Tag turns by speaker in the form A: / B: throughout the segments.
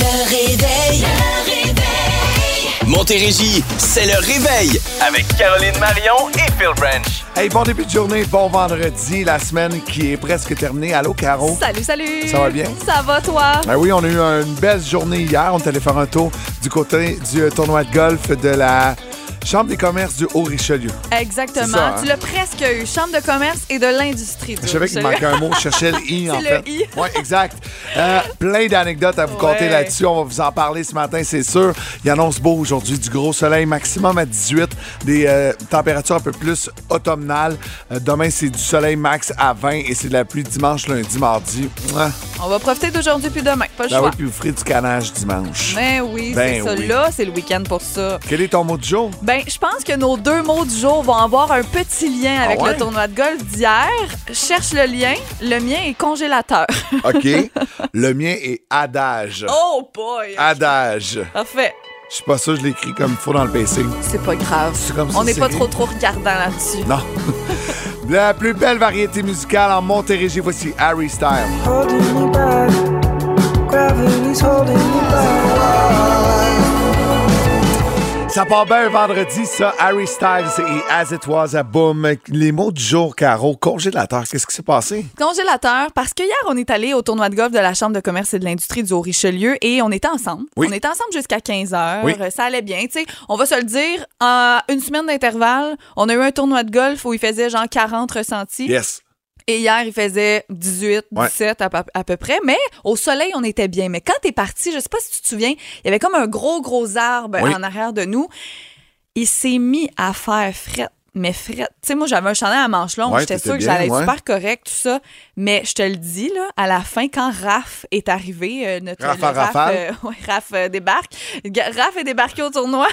A: Le réveil. Le réveil.
B: Montérégie, c'est le réveil avec Caroline Marion et Phil Branch.
C: Hey, bon début de journée, bon vendredi, la semaine qui est presque terminée. Allô, Caro?
D: Salut, salut!
C: Oh. Ça va bien?
D: Ça va, toi?
C: Ben oui, on a eu une belle journée hier. On est allé faire un tour du côté du euh, tournoi de golf de la Chambre des commerces du Haut-Richelieu.
D: Exactement.
C: C'est ça, hein?
D: Tu l'as presque eu. Chambre de commerce et de l'industrie. du
C: Je savais qu'il
D: Richelieu.
C: manquait un mot, je cherchais le I en
D: le
C: fait.
D: I.
C: Oui, exact. Euh, plein d'anecdotes à vous conter
D: Ouais.
C: là-dessus. On va vous en parler ce matin, c'est sûr. Il annonce beau aujourd'hui, du gros soleil, maximum à 18, des euh, températures un peu plus automnales. Euh, demain, c'est du soleil max à 20 et c'est de la pluie dimanche, lundi, mardi. Mouah.
D: On va profiter d'aujourd'hui puis demain. Pas le
C: Ben oui,
D: choix.
C: puis vous ferez du canage dimanche.
D: Ben oui,
C: Ben
D: c'est ça.
C: oui.
D: Là, c'est le week-end pour ça.
C: Quel est ton mot de jour?
D: Ben, je pense que nos deux mots du jour vont avoir un petit lien avec
C: Ah ouais?
D: le tournoi de golf d'hier. Cherche le lien. Le mien est congélateur.
C: OK. Le mien est adage.
D: Oh boy!
C: Ah. Adage.
D: Parfait.
C: Je suis pas sûr que je l'écris comme il faut dans le pacing.
D: C'est pas grave.
C: C'est comme ça,
D: On n'est
C: c'est
D: pas
C: rien.
D: trop trop regardant là-dessus.
C: Non. La plus belle variété musicale en Montérégie, voici Harry Styles.
E: holding me back. Gravity's holding me back.
C: Ça part bien un vendredi, ça. Harry Styles et As It Was à Boom. Les mots du jour, Caro, congélateur, qu'est-ce qui s'est passé?
D: Congélateur, parce que hier, on est allé au tournoi de golf de la Chambre de commerce et de l'industrie du Haut-Richelieu et on était ensemble.
C: Oui.
D: On était ensemble jusqu'à 15 heures.
C: Oui.
D: Euh, Ça allait bien. tu sais. on va se le dire, en une semaine d'intervalle, on a eu un tournoi de golf où il faisait genre 40 ressentis.
C: Yes.
D: Et hier, il faisait 18,
C: Ouais.
D: 17 à, peu- à peu près. Mais au soleil, on était bien. Mais quand t'es parti, je sais pas si tu te souviens, il y avait comme un gros, gros arbre
C: Oui.
D: en arrière de nous. Il s'est mis à faire frette. Mais frette. Tu sais, moi, j'avais un chandail à manches longues.
C: Ouais,
D: J'étais
C: t'étais
D: sûre que
C: bien,
D: j'allais être
C: ouais.
D: super correct, tout ça. Mais je te le dis, là, à la fin, quand Raph est arrivé, euh, notre
C: Raph
D: le
C: en rafale.
D: euh, ouais, Raph euh, débarque. Ga- Raph est débarqué au tournoi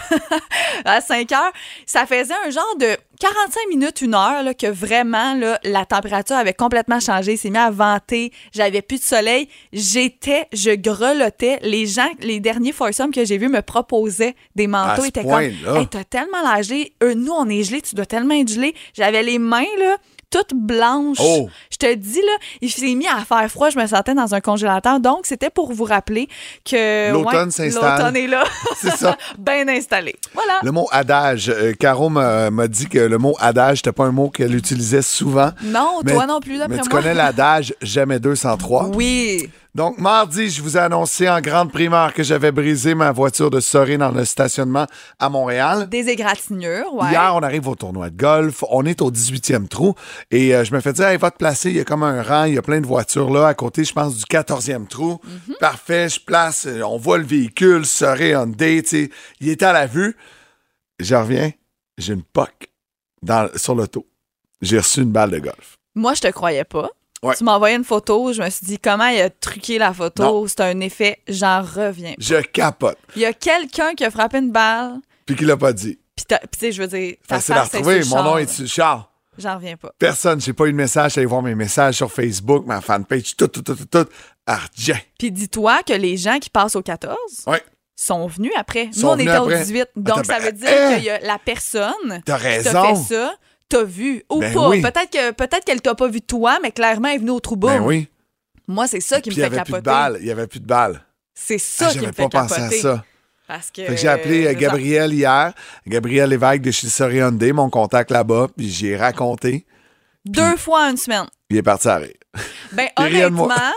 D: à 5 heures. Ça faisait un genre de 45 minutes, une heure, là, que vraiment, là, la température avait complètement changé. Il s'est mis à vanter. J'avais plus de soleil. J'étais, je grelottais. Les gens, les derniers foursomes que j'ai vus me proposaient des manteaux.
C: ce
D: Ils étaient comme,
C: point-là.
D: Hey, t'as tellement la gelée. Eux, nous, on est gelés. Tu dois tellement être gelé. J'avais les mains, là, toutes blanches.
C: Oh.
D: Je te dis, là, il s'est mis à faire froid. Je me sentais dans un congélateur. Donc, c'était pour vous rappeler que.
C: L'automne
D: ouais,
C: s'installe.
D: L'automne est là.
C: C'est ça.
D: Bien installé. Voilà.
C: Le mot adage. euh, Caro m'a m'a dit que le mot adage, c'était pas un mot qu'elle utilisait souvent.
D: Non,
C: Mais-
D: toi non plus, d'après
C: Mais
D: moi.
C: tu connais l'adage jamais 203.
D: Oui.
C: Donc, mardi, je vous ai annoncé en grande primeur que j'avais brisé ma voiture de Soré dans le stationnement à Montréal.
D: Des égratignures, ouais.
C: Hier, on arrive au tournoi de golf. On est au 18e trou. Et euh, je me fais dire, hey, va te placer. Il y a comme un rang. Il y a plein de voitures là à côté, je pense, du 14e trou.
D: Mhm.
C: Parfait, je place. euh, On voit le véhicule. Soré Hyundai. tu sais. Il est à la vue. Je reviens. J'ai une POC dans, sur l'auto. J'ai reçu une balle de golf.
D: Moi, je te croyais pas.
C: Ouais.
D: Tu m'as envoyé une photo, je me suis dit comment il a truqué la
C: Non.
D: photo, c'est un effet, j'en reviens.
C: Je capote.
D: Il y a quelqu'un qui a frappé une balle,
C: Puis qu'il l'a pas dit.
D: puis t'as- puis tu sais, je veux dire, ta
C: Facile à
D: face, c'est
C: retrouver.
D: sur
C: Mon nom
D: Charles.
C: est sur- Charles.
D: J'en reviens pas.
C: Personne. J'ai pas eu de message. Allez voir mes messages sur Facebook, ma fanpage, tout, tout, tout, tout, tout. Argent.
D: Puis dis-toi que les gens qui passent au 14
C: Ouais.
D: sont venus après. Nous,
C: Ah. Sont
D: on
C: venus
D: était
C: après.
D: au 18, donc
C: Attends,
D: ça
C: ben,
D: veut dire
C: hein?
D: qu'il y a la personne
C: T'as
D: qui t'a
C: raison.
D: fait ça, t'a vu ou
C: Ben
D: pas.
C: oui.
D: Peut-être que peut-être qu'elle t'a pas vu toi, mais clairement elle est venue au trou
C: Ben
D: boum.
C: oui.
D: Moi, c'est ça qui
C: Puis
D: me
C: il
D: fait
C: n'y avait plus de
D: capoter.
C: balles. Il n'y avait plus de balles.
D: C'est
C: Ah,
D: ça qui
C: J'avais
D: me
C: pas
D: fait
C: pensé
D: capoter.
C: à ça.
D: Parce que,
C: Fait que j'ai appelé euh,
D: c'est ça.
C: Gabriel hier. Gabriel Lévesque de chez Soriandé, mon contact là-bas. Puis j'ai raconté.
D: deux fois en une semaine.
C: Il est parti à rire.
D: Ben
C: Puis rien de moi.
D: honnêtement,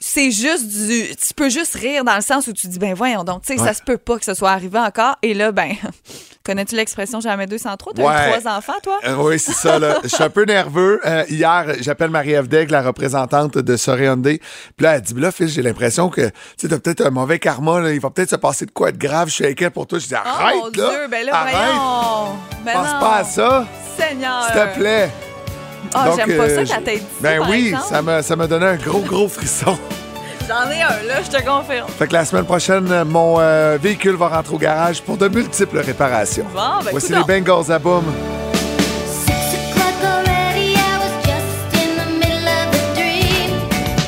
D: c'est juste du tu peux juste rire dans le sens où tu dis ben voyons donc, tu sais
C: Ouais.
D: ça se peut pas que ce soit arrivé encore et là ben connais-tu l'expression jamais 203 T'as
C: Ouais.
D: eu trois enfants toi
C: Euh, oui, c'est ça. Là. Je suis un peu nerveux. Euh, hier, j'appelle Marie-Ève Daigle, la représentante de Soriandé. Puis là, elle dit, là, fils, j'ai l'impression que tu as peut-être un mauvais karma. là. Il va peut-être se passer de quoi de grave. Je suis avec elle pour toi. Je dis, arrête,
D: oh mon
C: là.
D: dieu, ben là
C: arrête.
D: voyons. Ben
C: Pense
D: non. Euh,
C: pas à ça,
D: Seigneur.
C: s'il te plaît.
D: Ah,
C: Donc,
D: j'aime pas
C: euh,
D: ça
C: je-
D: quand t'as dit ça,
C: Ben
D: par
C: oui,
D: exemple.
C: ça m'a ça m'a donné un gros, gros frisson.
D: J'en ai un là, je te confirme.
C: Fait que la semaine prochaine, mon euh, véhicule va rentrer au garage pour de multiples réparations.
D: Bon, ben,
C: Voici les
D: coudonc.
C: Bengals à boum.
F: Six o'clock already, I was just in the middle of a dream.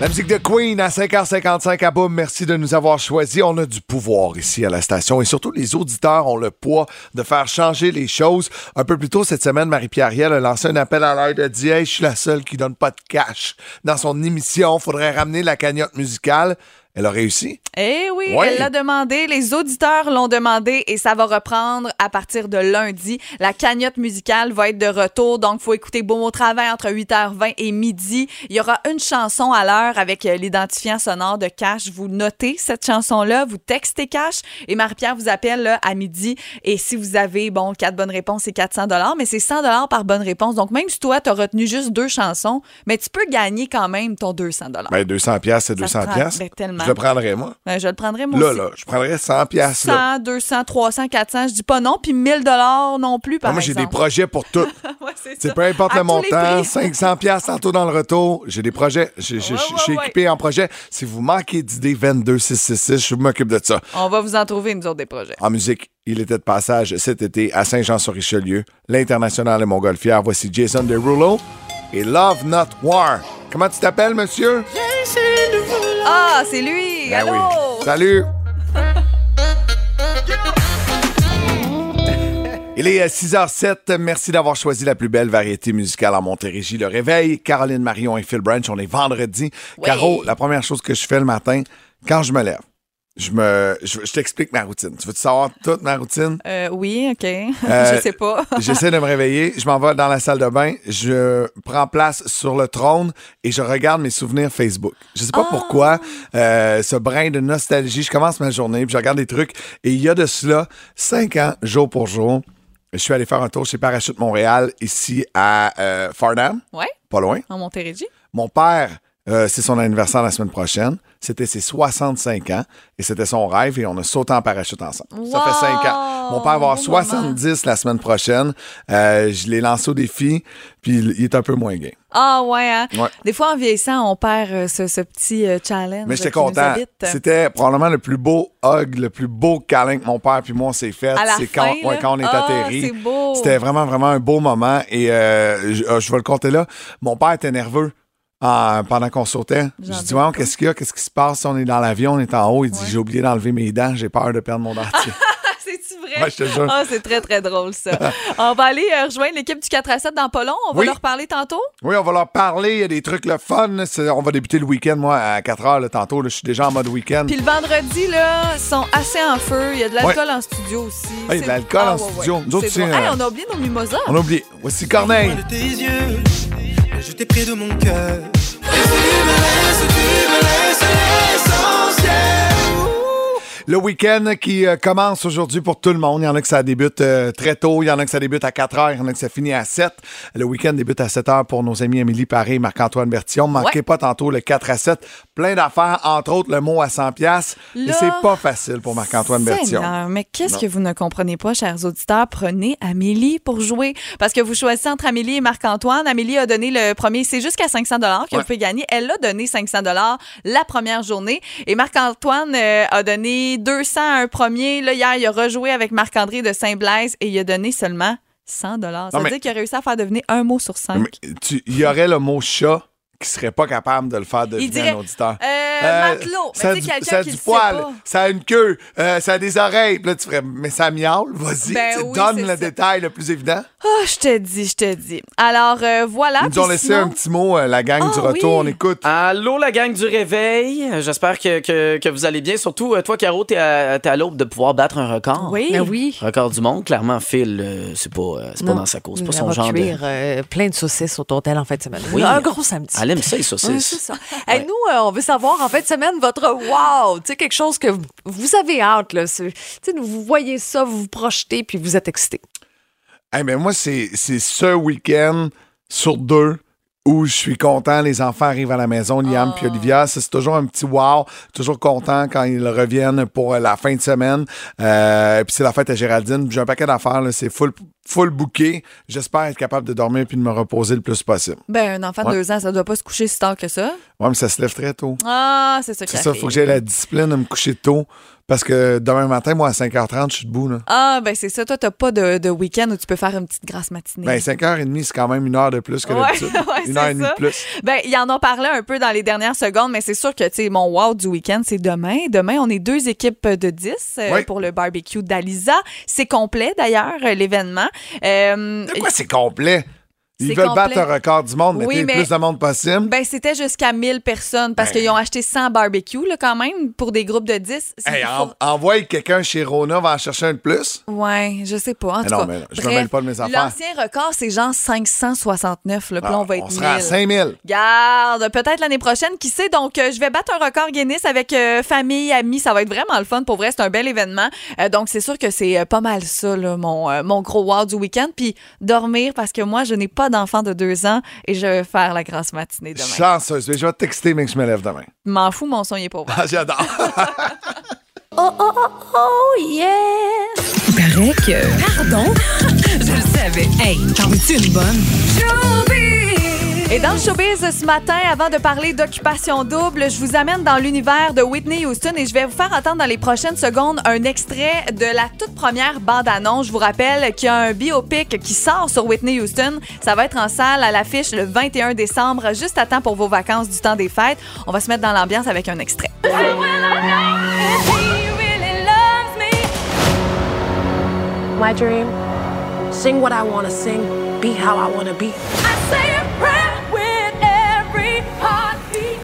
C: La musique de Queen à 5h55 à boum. Merci de nous avoir choisis. On a du pouvoir ici à la station et surtout les auditeurs ont le poids de faire changer les choses. Un peu plus tôt cette semaine, Marie-Pierre Riel a lancé un appel à l'aide. Elle a dit Hey, je suis la seule qui donne pas de cash. Dans son émission, faudrait ramener la cagnotte musicale. Elle a réussi.
D: Eh oui,
C: Ouais.
D: elle l'a demandé, les auditeurs l'ont demandé et ça va reprendre à partir de lundi. La cagnotte musicale va être de retour, donc faut écouter Beau Mot Travail entre 8h20 et midi. Il y aura une chanson à l'heure avec euh, l'identifiant sonore de Cash. Vous notez cette chanson-là, vous textez Cash et Marie-Pierre vous appelle là, à midi. Et si vous avez, bon, quatre bonnes réponses, c'est 400 mais c'est 100 par bonne réponse. Donc même si toi, tu as retenu juste deux chansons, mais tu peux gagner quand même ton 200
C: Ben, 200 pièces, c'est
D: Ça
C: 200
D: se prend-
C: pièces.
D: ben, tellement.
C: Je le prendrais moi.
D: Ben, je le prendrai moi
C: Là,
D: aussi.
C: là, je prendrais 100 pièces là. Ben,
D: 100, 200, 300, 400, je dis pas non, puis 1000 dollars non plus par
C: Ah, Moi, j'ai des
D: exemple.
C: projets pour tout.
D: Ouais, c'est
C: C'est
D: ça.
C: peu importe le
D: À tous les
C: montant,
D: prix.
C: 500 pièces tantôt dans le retour. J'ai des projets, j'ai- j'ai-
D: Ouais,
C: je
D: ouais,
C: suis
D: ouais.
C: équipé en projet. Si vous manquez d'idées, 22666, je m'occupe de ça.
D: On va vous en trouver, nous autres, des projets.
C: En musique, il était de passage cet été à Saint-Jean-sur-Richelieu, l'international et montgolfière. Voici Jason Derulo et Love Not War. Comment tu t'appelles, monsieur?
D: Ah, c'est lui!
C: Ben
D: Allô?
C: oui. Salut! Il est euh, 6h07. Merci d'avoir choisi la plus belle variété musicale en Montérégie. Le réveil, Caroline Marion et Phil Branch. On est vendredi.
D: Oui.
C: Caro, la première chose que je fais le matin, quand je me lève, je me, je, je t'explique ma routine. Tu veux savoir toute ma routine?
D: Euh, oui, OK.
C: Euh,
D: je sais pas.
C: J'essaie de me réveiller, je m'en vais dans la salle de bain, je prends place sur le trône et je regarde mes souvenirs Facebook. Je sais
D: Ah!
C: pas pourquoi, euh, ce brin de nostalgie, je commence ma journée, puis je regarde des trucs et il y a de cela cinq ans, jour pour jour, je suis allé faire un tour chez Parachute Montréal, ici à euh, Farnham,
D: ouais,
C: pas loin.
D: en Montérégie.
C: Mon père, euh, c'est son anniversaire la semaine prochaine. C'était ses 65 ans et c'était son rêve et on a sauté en parachute ensemble. Ça
D: Wow!
C: fait 5 ans. Mon père va avoir
D: Beau
C: 70 la semaine prochaine. Euh, je l'ai lancé au défi puis il il est un peu moins gay.
D: Ah, ouais, hein?
C: Ouais.
D: Des fois, en vieillissant, on perd euh, ce, ce petit euh, challenge.
C: Mais j'étais
D: qui nous
C: content.
D: habite.
C: C'était probablement le plus beau hug, le plus beau câlin que mon père puis moi on s'est fait.
D: À la
C: C'est
D: fin,
C: quand, ouais,
D: là.
C: quand on est
D: Ah,
C: atterri.
D: c'est beau.
C: C'était vraiment, vraiment un beau moment et euh, je, euh, je vais le compter là. Mon père était nerveux. en- pendant qu'on sautait, je
D: J'en
C: dis ouais, qu'est-ce qu'il y a, qu'est-ce qui se passe On est dans l'avion, on est en haut. Il dit j'ai oublié d'enlever mes dents, j'ai peur de perdre mon dentier.
D: Ah, c'est-tu vrai?
C: Ouais, je te jure.
D: Ah, c'est très, très drôle, ça. on va aller euh, rejoindre l'équipe du 4 à 7 dans pas long. On va
C: Oui.
D: leur parler tantôt.
C: oui, on va leur parler. Il y a des trucs le fun. C'est- On va débuter le week-end moi à 4 heures là, tantôt. là. je suis déjà en mode week-end.
D: Puis le vendredi, là, sont assez en feu. Il y a de l'alcool en studio aussi.
C: Ah, il y a de
D: C'est-
C: l'alcool en studio. Nous autres, c'est,
D: C'est drôle. Hey,
C: euh,
D: on a oublié nos mimosas.
C: On a oublié. Voici Corneille.
G: de tes yeux, je t'ai pris de mon cœur.
C: Le week-end qui euh, commence aujourd'hui pour tout le monde. Il y en a que ça débute euh, très tôt, il y en a que ça débute à 4 heures, il y en a que ça finit à 7. Le week-end débute à 7 heures pour nos amis Émilie Paré et Marc-Antoine Bertillon. Manquez
D: Ouais.
C: pas tantôt le 4 à 7. Plein d'affaires, entre autres le mot à 100 pièces. Et
D: Là,
C: c'est pas facile pour Marc-Antoine Bertillon.
D: Seigneur, mais qu'est-ce que vous ne comprenez pas, chers auditeurs? Prenez Amélie pour jouer. Parce que vous choisissez entre Amélie et Marc-Antoine. Amélie a donné le premier, c'est jusqu'à 500 que
C: Ouais.
D: vous pouvez gagner. Elle a donné 500 la première journée. Et Marc-Antoine euh, a donné 200 à un premier. Là, hier, il a rejoué avec Marc-André de Saint-Blaise et il a donné seulement 100 Ça
C: Non,
D: veut
C: mais-
D: dire qu'il a réussi à faire devenir un mot sur cinq.
C: Mais tu- Il y aurait le mot chat qui serait pas capable de le faire deviner
D: Il dirait,
C: un auditeur.
D: euh, matelot. Mais
C: ça a
D: tu sais,
C: du,
D: quelqu'un
C: ça a
D: qui
C: du
D: le sait
C: poil,
D: pas.
C: ça a une queue, euh, ça a des oreilles. Puis là, tu ferais, mais ça miaule, vas-y,
D: Ben
C: tu
D: oui,
C: donnes
D: c'est
C: le
D: ça.
C: détail le plus évident.
D: Ah, je te dis, je te dis. Alors, euh, voilà.
C: Ils nous
D: puis
C: ont laissé
D: sinon-
C: un petit mot, euh, la gang
D: Ah
C: du retour.
D: oui.
C: On écoute.
H: Allô la gang du réveil, j'espère que, que- que vous allez bien. Surtout euh, toi Caro, t'es à, t'es à l'aube de pouvoir battre un record.
D: Ah, Oui.
I: Ben oui.
H: Record du monde, clairement Phil, euh, c'est pas, euh, c'est pas
I: Non.
H: dans sa cause, c'est
I: Il
H: pas
I: va
H: son genre de...
I: cuire euh, plein de saucisses au tontel en fin de semaine.
H: Oui.
I: Un gros samedi.
H: Elle aime ça les saucisses.
I: Ouais, c'est ça. Hey, Nous, euh, on veut savoir en fin de semaine votre wow, tu sais quelque chose que vous avez hâte là, c'est- tu sais vous voyez ça, vous vous projetez puis vous êtes excité.
C: Eh ben moi, c'est c'est ce week-end sur deux où je suis content. Les enfants arrivent à la maison, Liam
D: Ah.
C: puis Olivia. Ça, C'est toujours un petit wow. Toujours content quand ils reviennent pour euh, la fin de semaine. Euh, puis c'est la fête à Géraldine. J'ai un paquet d'affaires. là. C'est full, full bouquet. J'espère être capable de dormir puis de me reposer le plus possible.
D: Ben, un enfant de
C: Ouais.
D: deux ans, ça doit pas se coucher si tard que ça.
C: Ouais, mais ça se lève très tôt.
D: Ah, c'est ça qui
C: C'est ça,
D: arrive.
C: faut que j'aie la discipline de me coucher tôt. Parce que demain matin, moi, à 5h30, je suis debout. Là.
D: Ah, ben c'est ça. Toi, t'as pas de, de week-end où tu peux faire une petite grasse matinée.
C: Ben, 5h30, c'est quand même une heure de plus que
D: Ouais,
C: d'habitude.
D: ouais,
C: une heure
D: c'est
C: et demie
D: ça.
C: de plus.
D: Ben, ils en ont parlé un peu dans les dernières secondes, mais c'est sûr que, tu sais, mon wow du week-end, c'est demain. Demain, on est deux équipes de 10 euh,
C: Oui.
D: pour le barbecue d'Alisa. C'est complet, d'ailleurs, euh, l'événement. Euh,
C: De quoi c'est complet? Ils
D: C'est
C: veulent
D: complet.
C: battre le record du monde,
D: Oui,
C: mettez
D: mais-
C: le plus de monde possible.
D: Ben, c'était jusqu'à 1000 personnes parce
C: Ben.
D: qu'ils ont acheté 100 barbecues, là, quand même, pour des groupes de 10. C'est-
C: Hey,
D: il
C: en- envoie quelqu'un chez Rona, va en chercher un de plus.
D: Ouais, je sais pas. En
C: Mais
D: tout
C: non,
D: cas,
C: mais je me
D: bref,
C: mêle pas de mes affaires.
D: L'ancien record, c'est genre 569. Là, puis là, on va
C: Ah,
D: être
C: sera à
D: 1000.
C: 5000.
D: Garde, peut-être l'année prochaine, qui sait. Donc, euh, je vais battre un record Guinness avec euh, famille, amis. Ça va être vraiment le fun. Pour vrai, c'est un bel événement. Euh, donc, c'est sûr que c'est euh, pas mal ça, là, mon, euh, mon gros wow du week-end. Puis, dormir, parce que moi, je n'ai pas d'enfant de deux ans et je vais faire la grasse matinée demain.
C: Chanceuse. Mais je vais te texter, mais que je me lève demain.
D: M'en fous, mon son, il est pas ouvert.
C: Ah, J'adore.
J: Paraît que. Pardon? Je le savais. Hey, t'en veux-tu une bonne?
D: Et dans le showbiz ce matin, avant de parler d'occupation double, je vous amène dans l'univers de Whitney Houston et je vais vous faire entendre dans les prochaines secondes un extrait de la toute première bande-annonce. Je vous rappelle qu'il y a un biopic qui sort sur Whitney Houston. Ça va être en salle à l'affiche le 21 décembre, juste à temps pour vos vacances du temps des fêtes. On va se mettre dans l'ambiance avec un extrait.
E: My dream. Sing what I wanna sing, be how I wanna be.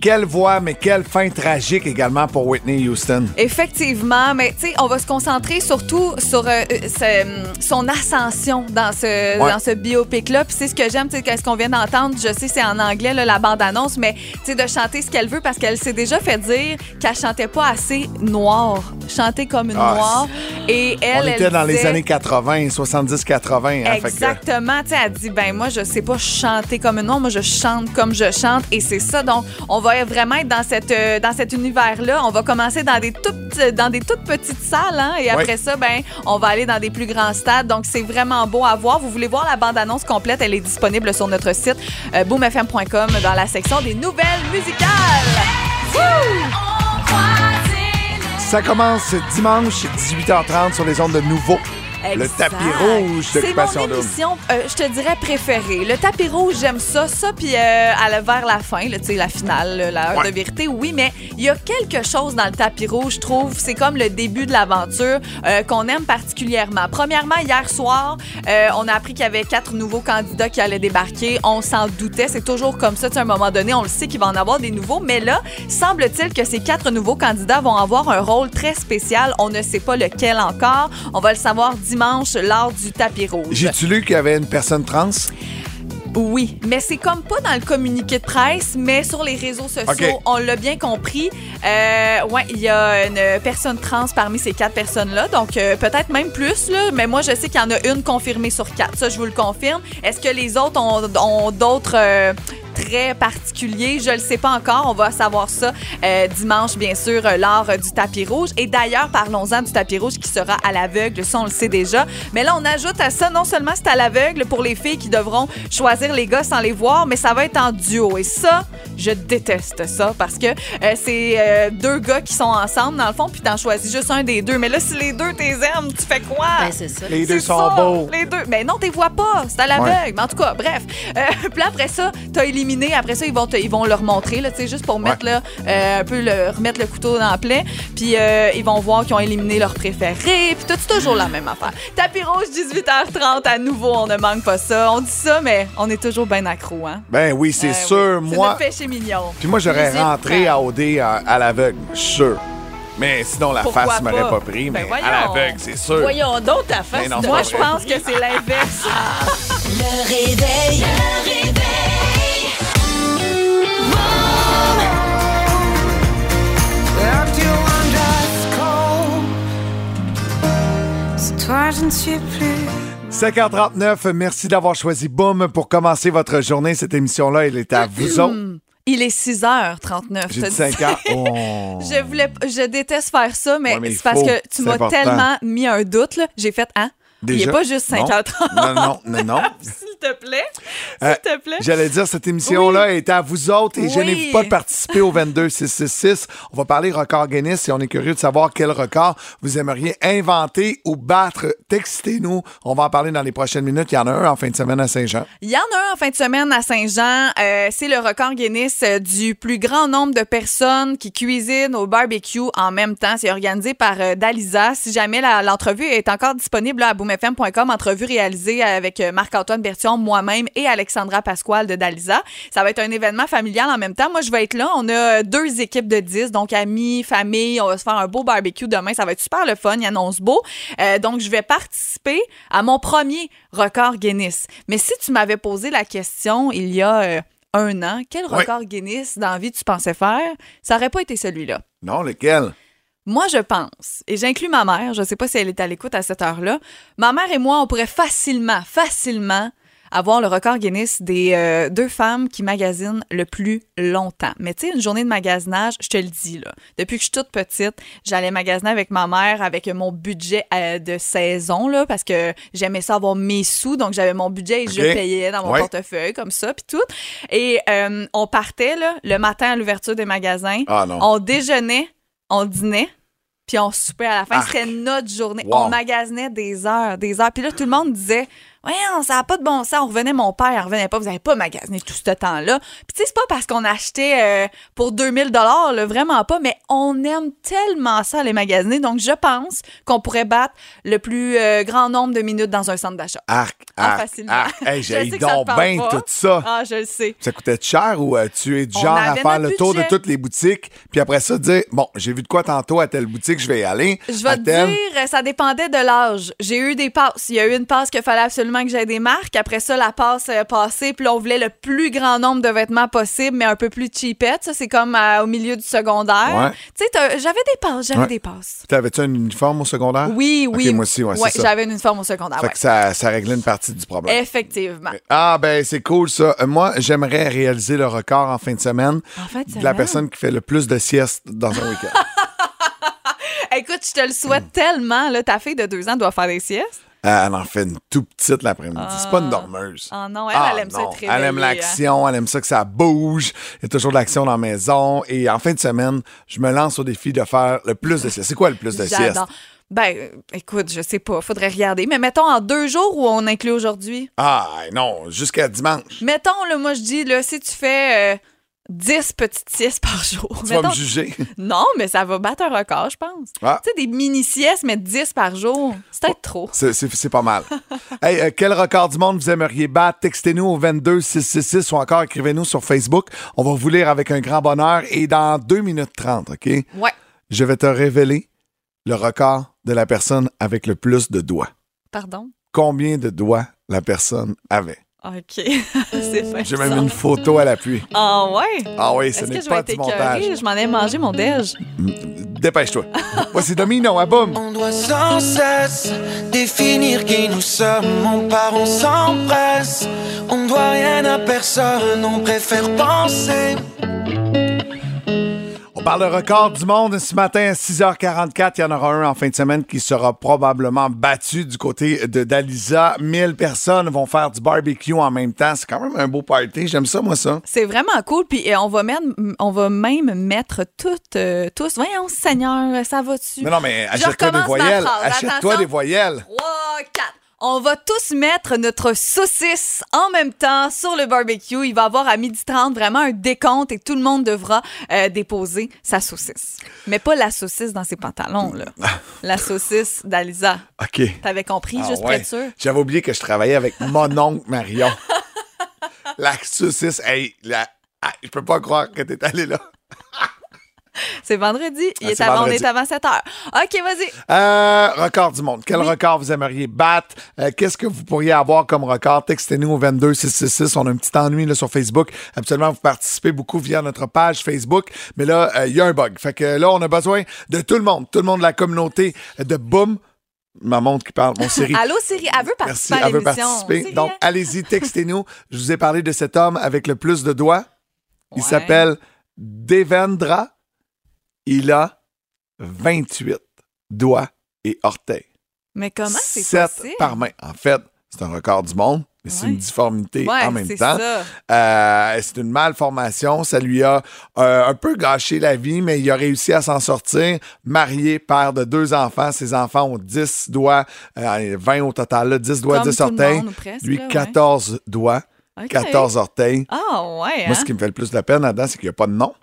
C: quelle voix, mais quelle fin tragique également pour Whitney Houston.
D: Effectivement, mais tu sais, on va se concentrer surtout sur euh, euh, ce, hum, son ascension dans ce,
C: Ouais.
D: dans ce biopic-là. Puis c'est ce que j'aime, tu sais, qu'est-ce qu'on vient d'entendre. Je sais, c'est en anglais, là, la bande-annonce, mais tu sais, de chanter ce qu'elle veut parce qu'elle s'est déjà fait dire qu'elle chantait pas assez noire. Chanter comme une
C: Ah,
D: noire. Et elle,
C: On
D: elle
C: était dans les
D: disait-
C: années 80, 70-80. hein, fait que-
D: Exactement. Tu sais, elle dit, ben moi, je sais pas chanter comme un nom, moi, je chante comme je chante. Et c'est ça. Donc, on va vraiment être dans, cette, euh, dans cet univers-là. On va commencer dans des toutes, dans des toutes petites salles. hein, et après ça, ben on va aller dans des plus grands stades. Donc, c'est vraiment beau à voir. Vous voulez voir la bande-annonce complète? Elle est disponible sur notre site euh, boomfm.com dans la section des nouvelles musicales. Wouh!
C: Ça commence ce dimanche, 18h30, sur les ondes de Nouveau. Le
D: Exact.
C: tapis rouge
D: C'est
C: d'Occupation
D: mon
C: Double.
D: émission, euh, je te dirais, préférée. Le tapis rouge, j'aime ça. Ça, puis euh, à la- vers la fin, là, tu sais, la finale, là, la heure
C: Ouais.
D: de vérité, oui, mais il y a quelque chose dans le tapis rouge, je trouve. C'est comme le début de l'aventure euh, qu'on aime particulièrement. Premièrement, hier soir, euh, on a appris qu'il y avait quatre nouveaux candidats qui allaient débarquer. On s'en doutait. C'est toujours comme ça. Tu sais, à un moment donné, on le sait qu'il va en avoir des nouveaux. Mais là, semble-t-il que ces quatre nouveaux candidats vont avoir un rôle très spécial. On ne sait pas lequel encore. On va le savoir dimanche lors du tapis rouge.
C: J'ai-tu lu qu'il y avait une personne trans?
D: Oui, mais c'est comme pas dans le communiqué de presse, mais sur les réseaux sociaux,
C: OK.
D: on l'a bien compris. Euh, ouais, il y a une personne trans parmi ces quatre personnes-là, donc euh, peut-être même plus, là, mais moi je sais qu'il y en a une confirmée sur quatre, ça je vous le confirme. Est-ce que les autres ont, ont d'autres euh, traits particuliers? Je le sais pas encore, on va savoir ça euh, dimanche, bien sûr, euh, lors euh, du tapis rouge. Et d'ailleurs, parlons-en du tapis rouge qui sera à l'aveugle, ça on le sait déjà, mais là on ajoute à ça, non seulement c'est à l'aveugle pour les filles qui devront choisir les gars sans les voir, mais ça va être en duo. Et ça, je déteste ça parce que euh, c'est euh, deux gars qui sont ensemble, dans le fond, puis t'en choisis juste un des deux. Mais là, si les deux t'es aimes, tu fais quoi?
J: Ben, c'est ça.
C: Les deux
D: C'est
C: sont
D: ça,
C: beaux.
D: Les deux. Mais non, t'es vois pas. C'est à l'aveugle. Mais en tout cas, bref. Euh, puis là, après ça, t'as éliminé. Après ça, ils vont, te- ils vont leur montrer, là, tu sais, juste pour mettre là, euh, un peu le, remettre le couteau dans la plaie. Puis euh, ils vont voir qu'ils ont éliminé leur préféré. Puis tout, c'est toujours la même affaire. Tapis rouge, 18h30. À nouveau, on ne manque pas ça. On dit ça, mais on est toujours bien accro, hein.
C: Ben oui, c'est
D: Euh,
C: sûr.
D: oui.
C: Moi,
D: C'est notre péché mignon.
C: puis moi, j'aurais
D: Musique,
C: rentré
D: ouais.
C: à OD à, à l'aveugle, je suis sûr. Mais sinon, la
D: Pourquoi
C: face m'aurait
D: pas?
C: pas pris.
D: Ben
C: Mais
D: voyons.
C: à l'aveugle, c'est sûr.
J: Voyons donc ta
C: Mais
J: face.
C: non,
J: de-
C: c'est
D: Moi,
C: pas
D: je
C: vrai.
D: pense que c'est l'inverse.
A: Le réveil. Le réveil.
E: C'est toi, je ne suis plus.
C: 5h39, merci d'avoir choisi Boom pour commencer votre journée. Cette émission-là, elle est à vous autres.
D: Il est 6h39.
C: J'ai
D: Hum, je te
C: dit
D: dis
C: 5h. Oh.
D: Je voulais, p- je déteste faire ça, mais,
C: Ouais, mais il
D: c'est parce
C: faut.
D: que tu
C: C'est
D: m'as
C: important.
D: tellement mis un doute. là. J'ai fait, hein? Il
C: Déjà?
D: n'est pas juste
C: Non.
D: 5h30,
C: Non, non, non, non.
D: s'il te plaît.
C: Euh,
D: S'il te plaît.
C: J'allais dire, cette émission-là est à vous autres et
D: Oui.
C: gênez-vous pas de participer au 22666. On va parler record Guinness et on est curieux de savoir quel record vous aimeriez inventer ou battre. Textez-nous. On va en parler dans les prochaines minutes. Il y en a un en fin de semaine à Saint-Jean.
D: Il y en a un en fin de semaine à Saint-Jean. Euh, c'est le record Guinness euh, du plus grand nombre de personnes qui cuisinent au barbecue en même temps. C'est organisé par euh, Dalisa. Si jamais la- l'entrevue est encore disponible là, à boomfm.com, entrevue réalisée avec euh, Marc-Antoine Bertion Duchamp, moi-même et Alexandra Pasquale de Dalisa. Ça va être un événement familial en même temps. Moi, je vais être là. On a euh, deux équipes de 10, donc amis, famille. On va se faire un beau barbecue demain. Ça va être super le fun. Il annonce beau. Euh, donc, je vais participer à mon premier record Guinness. Mais si tu m'avais posé la question il y a euh, un an, quel
C: Ouais.
D: record Guinness dans la vie tu pensais faire, ça aurait pas été celui-là.
C: Non, lequel?
D: Moi, je pense, et j'inclus ma mère, je ne sais pas si elle est à l'écoute à cette heure-là, ma mère et moi, on pourrait facilement, facilement avoir le record Guinness des euh, deux femmes qui magasinent le plus longtemps. Mais tu sais, une journée de magasinage, je te le dis, là, depuis que je suis toute petite, j'allais magasiner avec ma mère avec mon budget euh, de saison, là, parce que j'aimais ça avoir mes sous, donc j'avais mon budget et je
C: Ok.
D: payais dans mon
C: Ouais.
D: portefeuille, comme ça, puis tout. Et euh, on partait, là, le matin à l'ouverture des magasins.
C: Ah non.
D: On déjeunait, on dînait, puis on soupait à la fin.
C: Arc.
D: C'était notre journée.
C: Wow.
D: On magasinait des heures, des heures. Puis là, tout le monde disait Ouais, ça n'a pas de bon sens. On revenait, mon père, il revenait pas. Vous n'avez pas magasiné tout ce temps-là. Puis tu sais, c'est pas parce qu'on achetait euh, pour 2000 là, vraiment pas, mais on aime tellement ça, les magasiner. Donc, je pense qu'on pourrait battre le plus euh, grand nombre de minutes dans un centre d'achat.
C: Arc,
D: Ah,
C: arc,
D: facilement.
C: arc. Hey,
D: Je
C: j'ai
D: sais que ça te
C: donc
D: parle
C: bien
D: pas.
C: tout ça.
D: Ah, je le sais.
C: Ça coûtait cher ou euh, tu es du
D: On
C: genre à
D: avait
C: faire
D: notre
C: le tour de
D: budget.
C: toutes les boutiques, puis après ça, dire Bon, j'ai vu de quoi tantôt à telle boutique, je vais y aller.
D: Je vais
C: à
D: te
C: telle.
D: dire, euh, ça dépendait de l'âge. J'ai eu des passes. Il y a eu une passe qu'il fallait absolument que j'aie des marques. Après ça, la passe est passée. Puis là, on voulait le plus grand nombre de vêtements possible, mais un peu plus cheapette. Ça, c'est comme euh, au milieu du secondaire.
C: Ouais.
D: Tu sais, t'as- j'avais des passes, j'avais
C: Ouais.
D: des passes.
C: T'avais-tu un uniforme au secondaire?
D: Oui,
C: Ok,
D: oui.
C: moi aussi, ouais, c'est ça.
D: j'avais une uniforme au secondaire.
C: Fait
D: Ah ouais.
C: que ça, ça réglait une partie du problème.
D: Effectivement.
C: Ah ben c'est cool ça. Euh, Moi, j'aimerais réaliser le record en fin de semaine
D: En fin de
C: de la
D: semaine?
C: personne qui fait le plus de siestes dans un week-end.
D: Écoute, je te le souhaite tellement. Là, ta fille de deux ans doit faire des siestes.
C: Euh, elle en fait une tout petite l'après-midi. C'est pas une dormeuse.
D: Ah non, elle, elle aime hein. ça euh. être
C: Elle aime
D: réveillée,
C: l'action, elle aime ça que ça bouge. Il y a toujours de l'action dans la maison. Et en fin de semaine, je me lance au défi de faire le plus de siestes. C'est quoi le plus de siestes?
D: J'adore. Ben, euh, écoute, je sais pas. Faudrait regarder. Mais mettons en deux jours où on inclut aujourd'hui.
C: Ah non, jusqu'à dimanche.
D: Mettons, là, moi, je dis, là, si tu fais euh, 10 petites siestes par jour.
C: Tu vas
D: mettons-
C: me juger.
D: Non, mais ça va battre un record, je pense.
C: Ah.
D: Tu sais, des mini-siestes, mais 10 par jour, c'est peut-être trop.
C: C'est- C'est c'est pas mal. hey, euh, quel record du monde vous aimeriez battre? Textez-nous au 22 666 ou encore écrivez-nous sur Facebook. On va vous lire avec un grand bonheur et dans 2 minutes 30, OK?
D: Ouais,
C: Je vais te révéler le record de la personne avec le plus de doigts.
D: pardon.
C: Combien de doigts la personne avait?
D: OK. c'est fin.
C: Euh, J'ai même une photo à l'appui.
D: Ah ouais?
C: Ah oui, ce
D: Est-ce
C: n'est
D: que je vais
C: pas
D: être
C: du montage.
D: écœurée? Je m'en ai mangé mon déj.
C: Dépêche-toi. Voici Domino, à boum!
G: On doit sans cesse définir qui nous sommes. On part, on s'empresse. On doit rien à personne. On préfère penser.
C: On parle de record du monde ce matin à 6h44. Il y en aura un en fin de semaine qui sera probablement battu du côté de Dalisa. 1000 personnes vont faire du barbecue en même temps. C'est quand même un beau party. J'aime ça, moi, ça.
D: C'est vraiment cool. Puis euh, on va même, on va même mettre toutes, euh, tous. Voyons, Seigneur, ça va-tu?
C: Mais non, mais
D: Je
C: achète-toi des
D: recommence ma
C: voyelles.
D: phrase.
C: Achète-toi
D: Attention.
C: des voyelles.
D: 3, 4. On va tous mettre notre saucisse en même temps sur le barbecue. Il va y avoir à 12h30 vraiment un décompte et tout le monde devra euh, déposer sa saucisse. Mais pas la saucisse dans ses pantalons, là. La saucisse d'Alisa.
C: OK.
D: T'avais compris,
C: Ah
D: juste
C: ouais.
D: pour être sûr?
C: J'avais oublié que je travaillais avec mon oncle Marion. la saucisse, hey, la- ah, je peux pas croire que t'es allé là.
D: C'est vendredi. Il
C: Ah,
D: est
C: c'est
D: avant-
C: vendredi.
D: On est avant 7 h. OK, vas-y.
C: Euh, record du monde. Quel record vous aimeriez battre? Euh, Qu'est-ce que vous pourriez avoir comme record? Textez-nous au 22 666. On a un petit ennui là, sur Facebook. Absolument, vous participez beaucoup via notre page Facebook. Mais là, euh, il y a un bug. Fait que là, on a besoin de tout le monde. Tout le monde de la communauté de Boom. Ma montre qui parle, mon série.
D: Allô, Siri, elle veut participer à
C: elle veut
D: l'émission.
C: participer.
D: Siri,
C: Donc,
D: hein?
C: allez-y, textez-nous. Je vous ai parlé de cet homme avec le plus de doigts. Il
D: Ouais.
C: s'appelle Devendra. Il a 28 doigts et orteils.
D: Mais comment c'est
C: 7
D: possible?
C: par main. En fait, c'est un record du monde, mais c'est
D: Ouais.
C: une difformité
D: Ouais,
C: en même
D: c'est
C: temps.
D: ça.
C: Euh, c'est une malformation. Ça lui a euh, un peu gâché la vie, mais il a réussi à s'en sortir. Marié, père de deux enfants. Ses enfants ont 10 doigts, euh, 20 au total, là, 10 doigts,
D: Comme
C: 10
D: tout le
C: orteils.
D: monde, ou presque,
C: lui,
D: là, ouais.
C: 14 doigts,
D: OK.
C: 14 orteils.
D: Ah, ouais.
C: Moi,
D: hein?
C: ce qui me fait le plus de la peine là-dedans, c'est qu'il n'y a pas de nom.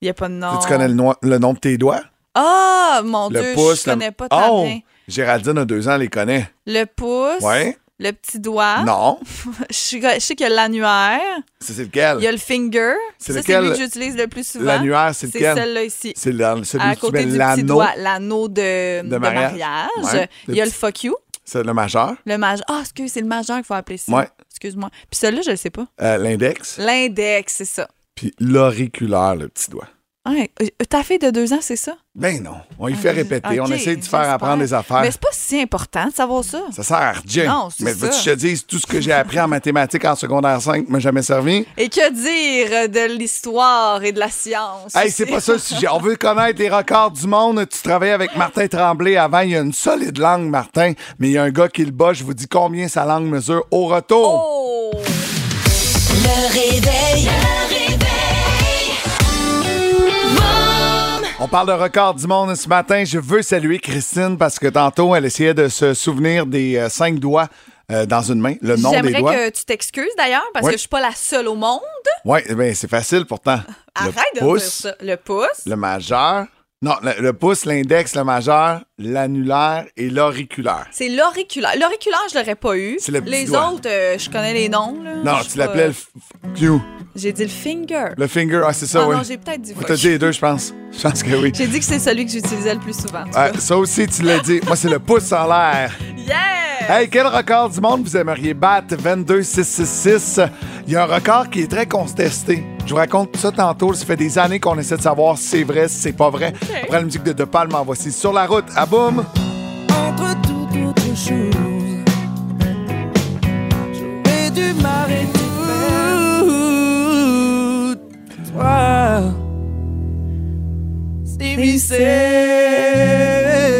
D: Il n'y a pas de nom.
C: Tu sais, tu connais le, noi- le nom de tes doigts?
D: Ah, mon
C: Le
D: Dieu,
C: pouce.
D: je
C: le-
D: connais pas ta
C: Oh!
D: main.
C: Géraldine a deux ans, les connaît.
D: Le pouce. hein?
C: Ouais.
D: le petit doigt.
C: Non.
D: je suis- je sais qu'il y a l'annuaire.
C: C'est c'est lequel?
D: Il y a le finger.
C: C'est
D: ça, c'est
C: lequel?
D: lui que j'utilise le plus souvent.
C: L'annuaire, c'est lequel?
D: C'est celle-là ici.
C: C'est l'an- celui
D: à
C: où tu mets
D: côté du petit
C: l'anneau.
D: doigt, l'anneau de,
C: de
D: de
C: mariage.
D: mariage.
C: Ouais,
D: Il y a
C: le
D: le
C: petit-
D: fuck you.
C: C'est le majeur.
D: Le majeur. Ah, excuse, c'est le majeur qu'il faut appeler ça.
C: Ouais.
D: Excuse-moi. Puis celui-là, je le sais pas.
C: Euh, L'index.
D: L'index, c'est ça.
C: Puis l'auriculaire, le petit doigt.
D: Ouais. Euh, Ta fille de deux ans, c'est ça?
C: Ben non. On y fait répéter. on
D: Ah, Ok,
C: essaie de faire apprendre
D: j'espère.
C: des affaires.
D: Mais c'est pas si important de savoir ça.
C: Ça sert à rien.
D: Non, c'est
C: Mais
D: ça.
C: veux-tu que je te dise, tout ce que j'ai appris en mathématiques en secondaire 5 m'a jamais servi?
D: Et que dire de l'histoire et de la science?
C: Hey, c'est
D: aussi?
C: pas ça le sujet. On veut connaître les records du monde. Tu travaillais avec Martin Tremblay avant. Il y a une solide langue, Martin, mais il y a un gars qui le bat. Je vous dis combien sa langue mesure au
D: Oh.
C: retour.
A: Le réveil. Le réveil.
C: On parle de records du monde ce matin. Je veux saluer Christine parce que tantôt, elle essayait de se souvenir des euh, cinq doigts euh, dans une main, le nom des
D: J'aimerais
C: doigts.
D: que tu t'excuses d'ailleurs parce
C: Ouais.
D: que je suis pas la seule au monde.
C: Oui, ben, c'est facile pourtant.
D: Arrête
C: le
D: de me
C: pouce,
D: dire ça. Le pouce.
C: le majeur. Non, le, le pouce, l'index, le majeur, l'annulaire et l'auriculaire.
D: C'est l'auriculaire. L'auriculaire, je l'aurais pas eu.
C: C'est le petit
D: les
C: doigt.
D: autres, euh, je connais les noms. là.
C: Non,
D: Je
C: tu
D: suis pas-
C: l'appelais le f- Q.
D: J'ai dit le finger.
C: Le finger, ah, c'est ça,
D: Ah
C: oui.
D: non, j'ai peut-être dit
C: Ouais,
D: fuck.
C: T'as dit les deux, je pense. Je pense que oui.
D: J'ai dit que c'est celui que j'utilisais le plus souvent. en tout
C: Ouais,
D: cas.
C: ça aussi, tu l'as dit. Moi, c'est le pouce en l'air.
D: Yeah!
C: Hey, quel record du monde vous aimeriez battre? 22-666. Il y a un record qui est très contesté. Je vous raconte ça tantôt. Ça fait des années qu'on essaie de savoir si c'est vrai, si c'est pas vrai. Après la musique de De Palme, en voici sur la route. À boum!
G: entre toute autre chose. J'aurais dû m'arrêter pour toi. C'est vissé.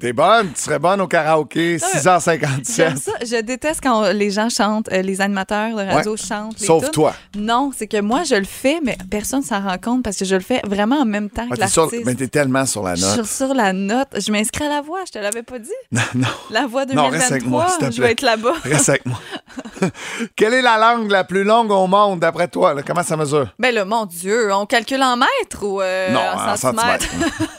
C: T'es bonne, tu serais bonne au karaoké,
D: Ah, J'aime
C: 6h57.
D: ça. Je déteste quand les gens chantent, euh, les animateurs de radio
C: Ouais.
D: chantent. les
C: Sauf
D: tunes.
C: toi.
D: Non, c'est que moi, je le fais, mais personne s'en rend compte parce que je le fais vraiment en même temps
C: Ah,
D: que
C: t'es sur-
D: l'artiste.
C: mais t'es tellement sur la
D: Je suis
C: note.
D: sur, la note. Je m'inscris à la voix, je te l'avais pas dit.
C: Non, non.
D: La voix
C: Non, reste avec moi,
D: 2023,
C: s'il te
D: je vais
C: plaît.
D: être là-bas.
C: Reste avec moi. Quelle est la langue la plus longue au monde, d'après toi? là? Comment ça mesure?
D: Ben là, mon Dieu, on calcule en mètres ou euh,
C: non,
D: en centimètres?
C: centimètres.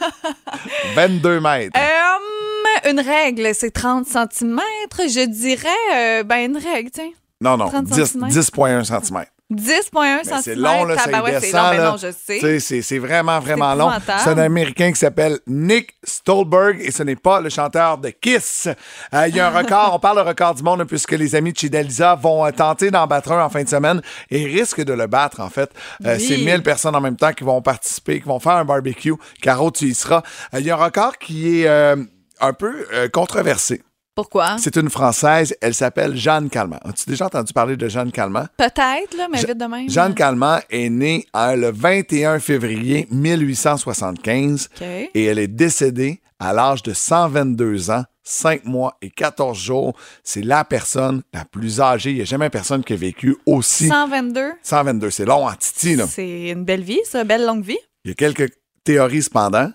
C: 22 mètres.
D: Euh, Hum, une règle, c'est 30 cm. Je dirais, euh, ben une règle, tiens.
C: non, non,
D: 30
C: 10
D: centimètres.
C: 10,1 cm.
D: 10,1 cm.
C: Ben, C'est long, là, ça y
D: c'est
C: descend.
D: long, ben
C: là.
D: non, je
C: Tu
D: sais.
C: sais, c'est- c'est vraiment, vraiment long.
D: épouvantable.
C: C'est un Américain qui s'appelle Nick Stolberg et ce n'est pas le chanteur de Kiss. Euh, Il y a un record, on parle de record du monde puisque les amis de Chidaliza vont euh, tenter d'en battre un en fin de semaine et risquent de le battre, en fait. Euh,
D: Oui.
C: C'est 1000 personnes en même temps qui vont participer, qui vont faire un barbecue. Caro, tu y seras. Euh, Il y a un record qui est euh, un peu euh, controversé.
D: Pourquoi?
C: C'est une Française, elle s'appelle Jeanne Calment. As-tu déjà entendu parler de Jeanne Calment?
D: Peut-être, là, mais vite de même.
C: Jeanne Calment est née hein, le 21 février 1875
D: OK.
C: et elle est décédée à l'âge de 122 ans, 5 mois et 14 jours. C'est la personne la plus âgée. Il n'y a jamais personne qui a vécu aussi.
D: 122.
C: 122, c'est long en titi. Là.
D: C'est une belle vie, ça, belle longue vie.
C: Il y a quelques théories cependant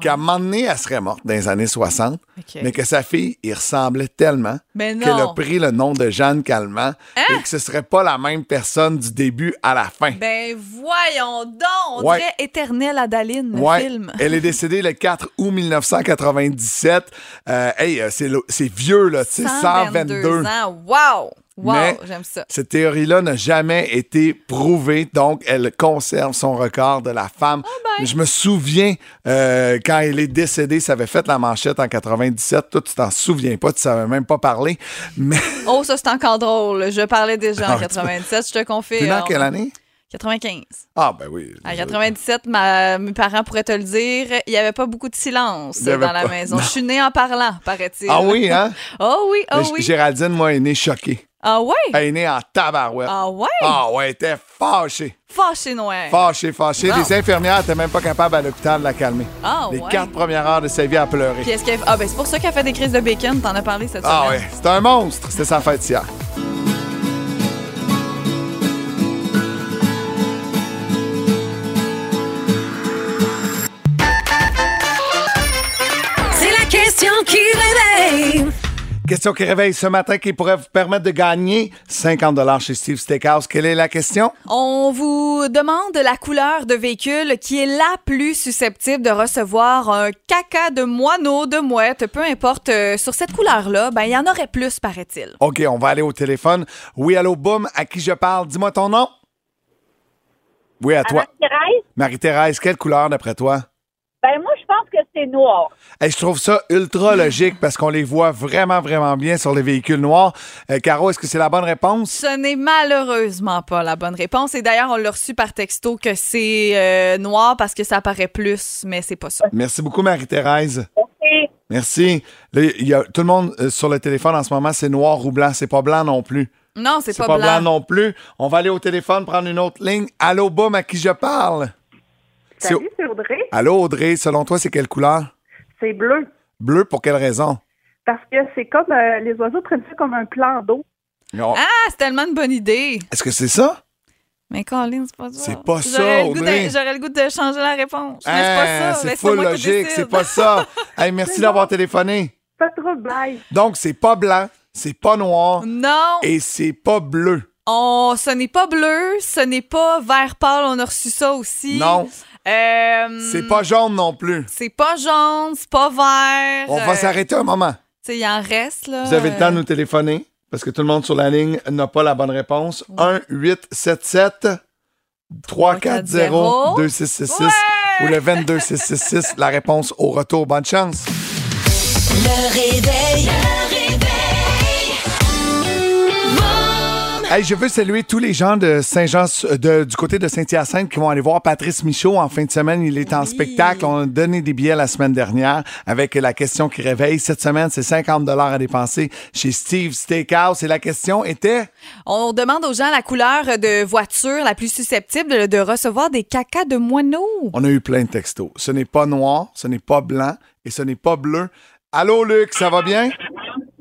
C: qu'à un moment donné, elle serait morte dans les années 60,
D: OK. Ben,
C: mais que sa fille y ressemblait tellement
D: Mais
C: qu'elle a
D: non.
C: pris le nom de Jeanne Calment
D: Hein?
C: et que ce serait pas la même personne du début à la fin.
D: Ben voyons donc, on
C: Ouais.
D: dirait Éternelle Adaline, le
C: Ouais,
D: film.
C: Elle est décédée le 4 août 1997. Euh, hey, euh, c'est le- c'est vieux, là, tu sais, 122.
D: ans, wow! Wow,
C: Mais-
D: j'aime ça.
C: Cette théorie-là n'a jamais été prouvée, donc elle conserve son record de la
D: Oh,
C: femme.
D: ben.
C: Mais je me souviens, euh, quand elle est décédée, ça avait fait la manchette en 97. Toi, tu t'en souviens pas, tu savais même pas parler. Mais
D: Oh, ça, c'est encore drôle. Je parlais déjà
C: Ah,
D: en 97, je te
C: tu
D: confie.
C: es dans quelle année?
D: 95.
C: Ah, ben oui.
D: À 97, ma- mes parents pourraient te le dire, il n'y avait pas beaucoup de silence
C: Il y
D: dans
C: avait
D: la
C: pas-
D: maison.
C: Non.
D: Je suis née en parlant, paraît-il.
C: Ah oui, hein?
D: Oh oui, oh
C: Mais G-
D: oui.
C: Géraldine, moi, est née choquée.
D: Ah ouais?
C: Elle est née en tabarouette.
D: Ah ouais?
C: Ah ouais, elle était fâchée.
D: Fâché noir.
C: Fâché, fâché.
D: Non.
C: Les infirmières n'étaient même pas capables à l'hôpital de la calmer.
D: Ah
C: Les
D: ouais.
C: quatre premières heures de sa vie à pleurer.
D: Puis est-ce qu'elle- Ah ben c'est pour ça qu'elle fait des crises de bacon, t'en as parlé cette
C: Ah
D: semaine.
C: ouais, c'est un monstre. C'était sa fête hier.
J: C'est la question qui réveille.
C: question qui réveille ce matin qui pourrait vous permettre de gagner 50 chez Steve Steakhouse. Quelle est la question?
D: On vous demande la couleur de véhicule qui est la plus susceptible de recevoir un caca de moineau, de mouette, peu importe. Euh, Sur cette couleur-là, ben, il y en aurait plus, paraît-il.
C: OK, on va aller au téléphone. Oui, allô, boum, à qui je parle? Dis-moi ton nom. Oui, à toi.
K: Thérèse,
C: Marie-Thérèse, quelle couleur d'après toi?
K: ben moi, je pense que c'est noir.
C: Hey, je trouve ça ultra logique parce qu'on les voit vraiment, vraiment bien sur les véhicules noirs. Euh, Caro, est-ce que c'est la bonne réponse?
D: Ce n'est malheureusement pas la bonne réponse. Et d'ailleurs, on l'a reçu par texto que c'est euh, noir parce que ça apparaît plus, mais c'est pas ça.
C: Merci beaucoup, Marie-Thérèse. Merci. Là, il y a- tout le monde euh, sur le téléphone en ce moment, c'est noir ou blanc. C'est pas blanc non plus.
D: Non, c'est pas, blanc.
C: non plus. On va aller au téléphone prendre une autre ligne. Allô, Boum, à qui je parle? C'est-
L: Salut, c'est Audrey.
C: Allô, Audrey, selon toi, c'est quelle couleur?
L: C'est bleu.
C: Bleu, pour quelle raison?
L: Parce que c'est comme euh, les oiseaux prennent ça comme un plan d'eau.
C: Non.
D: Ah, c'est tellement une bonne idée.
C: Est-ce que c'est ça?
D: Mais Colin, c'est pas ça.
C: C'est pas ça,
D: J'aurais le goût
C: Audrey.
D: de- J'aurais le goût de changer la réponse. mais c'est
C: Hein,
D: pas ça.
C: c'est
D: Mais
C: full
D: moi qui
C: logique,
D: décide.
C: c'est pas ça. Hey, merci d'avoir téléphoné.
L: Pas trop blague.
C: Donc, c'est pas blanc, c'est pas noir
D: Non.
C: et c'est pas bleu.
D: On, ce n'est pas bleu, ce n'est pas vert pâle, on a reçu ça aussi.
C: Non.
D: Euh,
C: C'est pas jaune non plus.
D: c'est pas jaune, c'est pas vert.
C: On
D: euh,
C: va s'arrêter un moment.
D: Tu sais, il en reste, là.
C: Vous avez le temps de
D: euh,
C: nous téléphoner parce que tout le monde sur la ligne n'a pas la bonne réponse. 1 8 7 7 3 4 0 2 6 6 6 ou le 22 6 6 6 la réponse au retour. Bonne chance.
A: Le réveil.
C: Hey, je veux saluer tous les gens de Saint-Jean de- du côté de Saint-Hyacinthe qui vont aller voir Patrice Michaud en fin de semaine. Il est en spectacle. On a donné des billets la semaine dernière avec la question qui réveille. Cette semaine, c'est 50 à dépenser chez Steve Steakhouse. Et la question était
D: On demande aux gens la couleur de voiture la plus susceptible de, de recevoir des cacas de moineaux.
C: On a eu plein de textos. Ce n'est pas noir, ce n'est pas blanc et ce n'est pas bleu. Allô, Luc, ça va bien?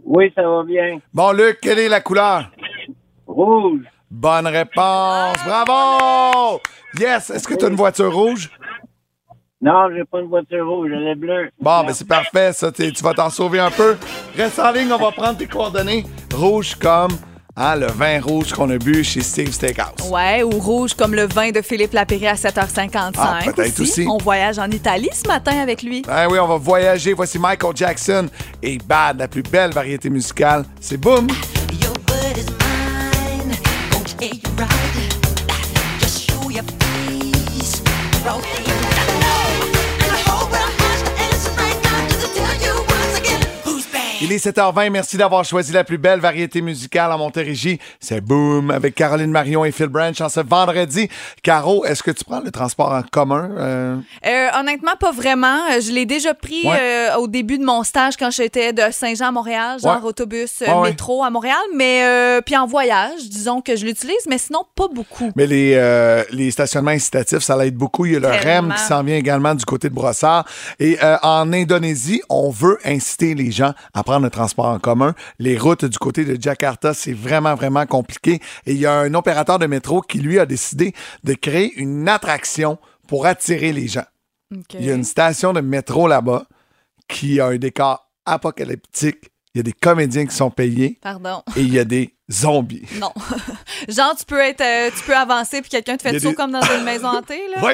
C: Oui, ça va bien. Bon, Luc, quelle est la couleur? Rouge. Bonne réponse. Bravo! Yes! Est-ce que tu as une voiture rouge? Non, j'ai pas une voiture rouge, elle est bleue. Bon, ben c'est parfait, ça. t'es- Tu vas t'en sauver un peu. Reste en ligne, on va prendre tes coordonnées. Rouge comme hein, le vin rouge qu'on a bu chez Steve Steakhouse.
D: Ouais, ou rouge comme le vin de Philippe Lapéry à 7h55.
C: Ah, peut-être aussi.
D: On voyage en Italie ce matin avec lui.
C: Ben oui, on va voyager. Voici Michael Jackson et Bad, la plus belle variété musicale. C'est boum! Il est 7h20. Merci d'avoir choisi la plus belle variété musicale à Montérégie. C'est boum avec Caroline Marion et Phil Branch en ce vendredi. Caro, est-ce que tu prends le transport en commun? Euh,
D: Euh, honnêtement, pas vraiment. Euh, Je l'ai déjà pris
C: Ouais.
D: euh, au début de mon stage quand j'étais de Saint-Jean à Montréal, genre
C: Ouais.
D: autobus, euh,
C: Ouais, ouais.
D: métro à Montréal, mais euh, puis en voyage, disons que je l'utilise, mais sinon pas beaucoup.
C: Mais les, euh, les stationnements incitatifs, ça l'aide beaucoup. Il y a le REM
D: Tellement.
C: qui s'en vient également du côté de Brossard. Et euh, en Indonésie, on veut inciter les gens à prendre le transport en commun. Les routes du côté de Jakarta, c'est vraiment, vraiment compliqué. Et il y a un opérateur de métro qui, lui, a décidé de créer une attraction pour attirer les gens. Il
D: euh,
C: y a une station de métro là-bas qui a un décor apocalyptique. Il y a des comédiens qui sont payés
D: Pardon.
C: et il y a des zombies.
D: Non. genre tu peux être euh, tu peux avancer puis quelqu'un te
C: Il y
D: fait
C: a
D: tout
C: des-
D: comme dans une maison hantée là.
C: Oui.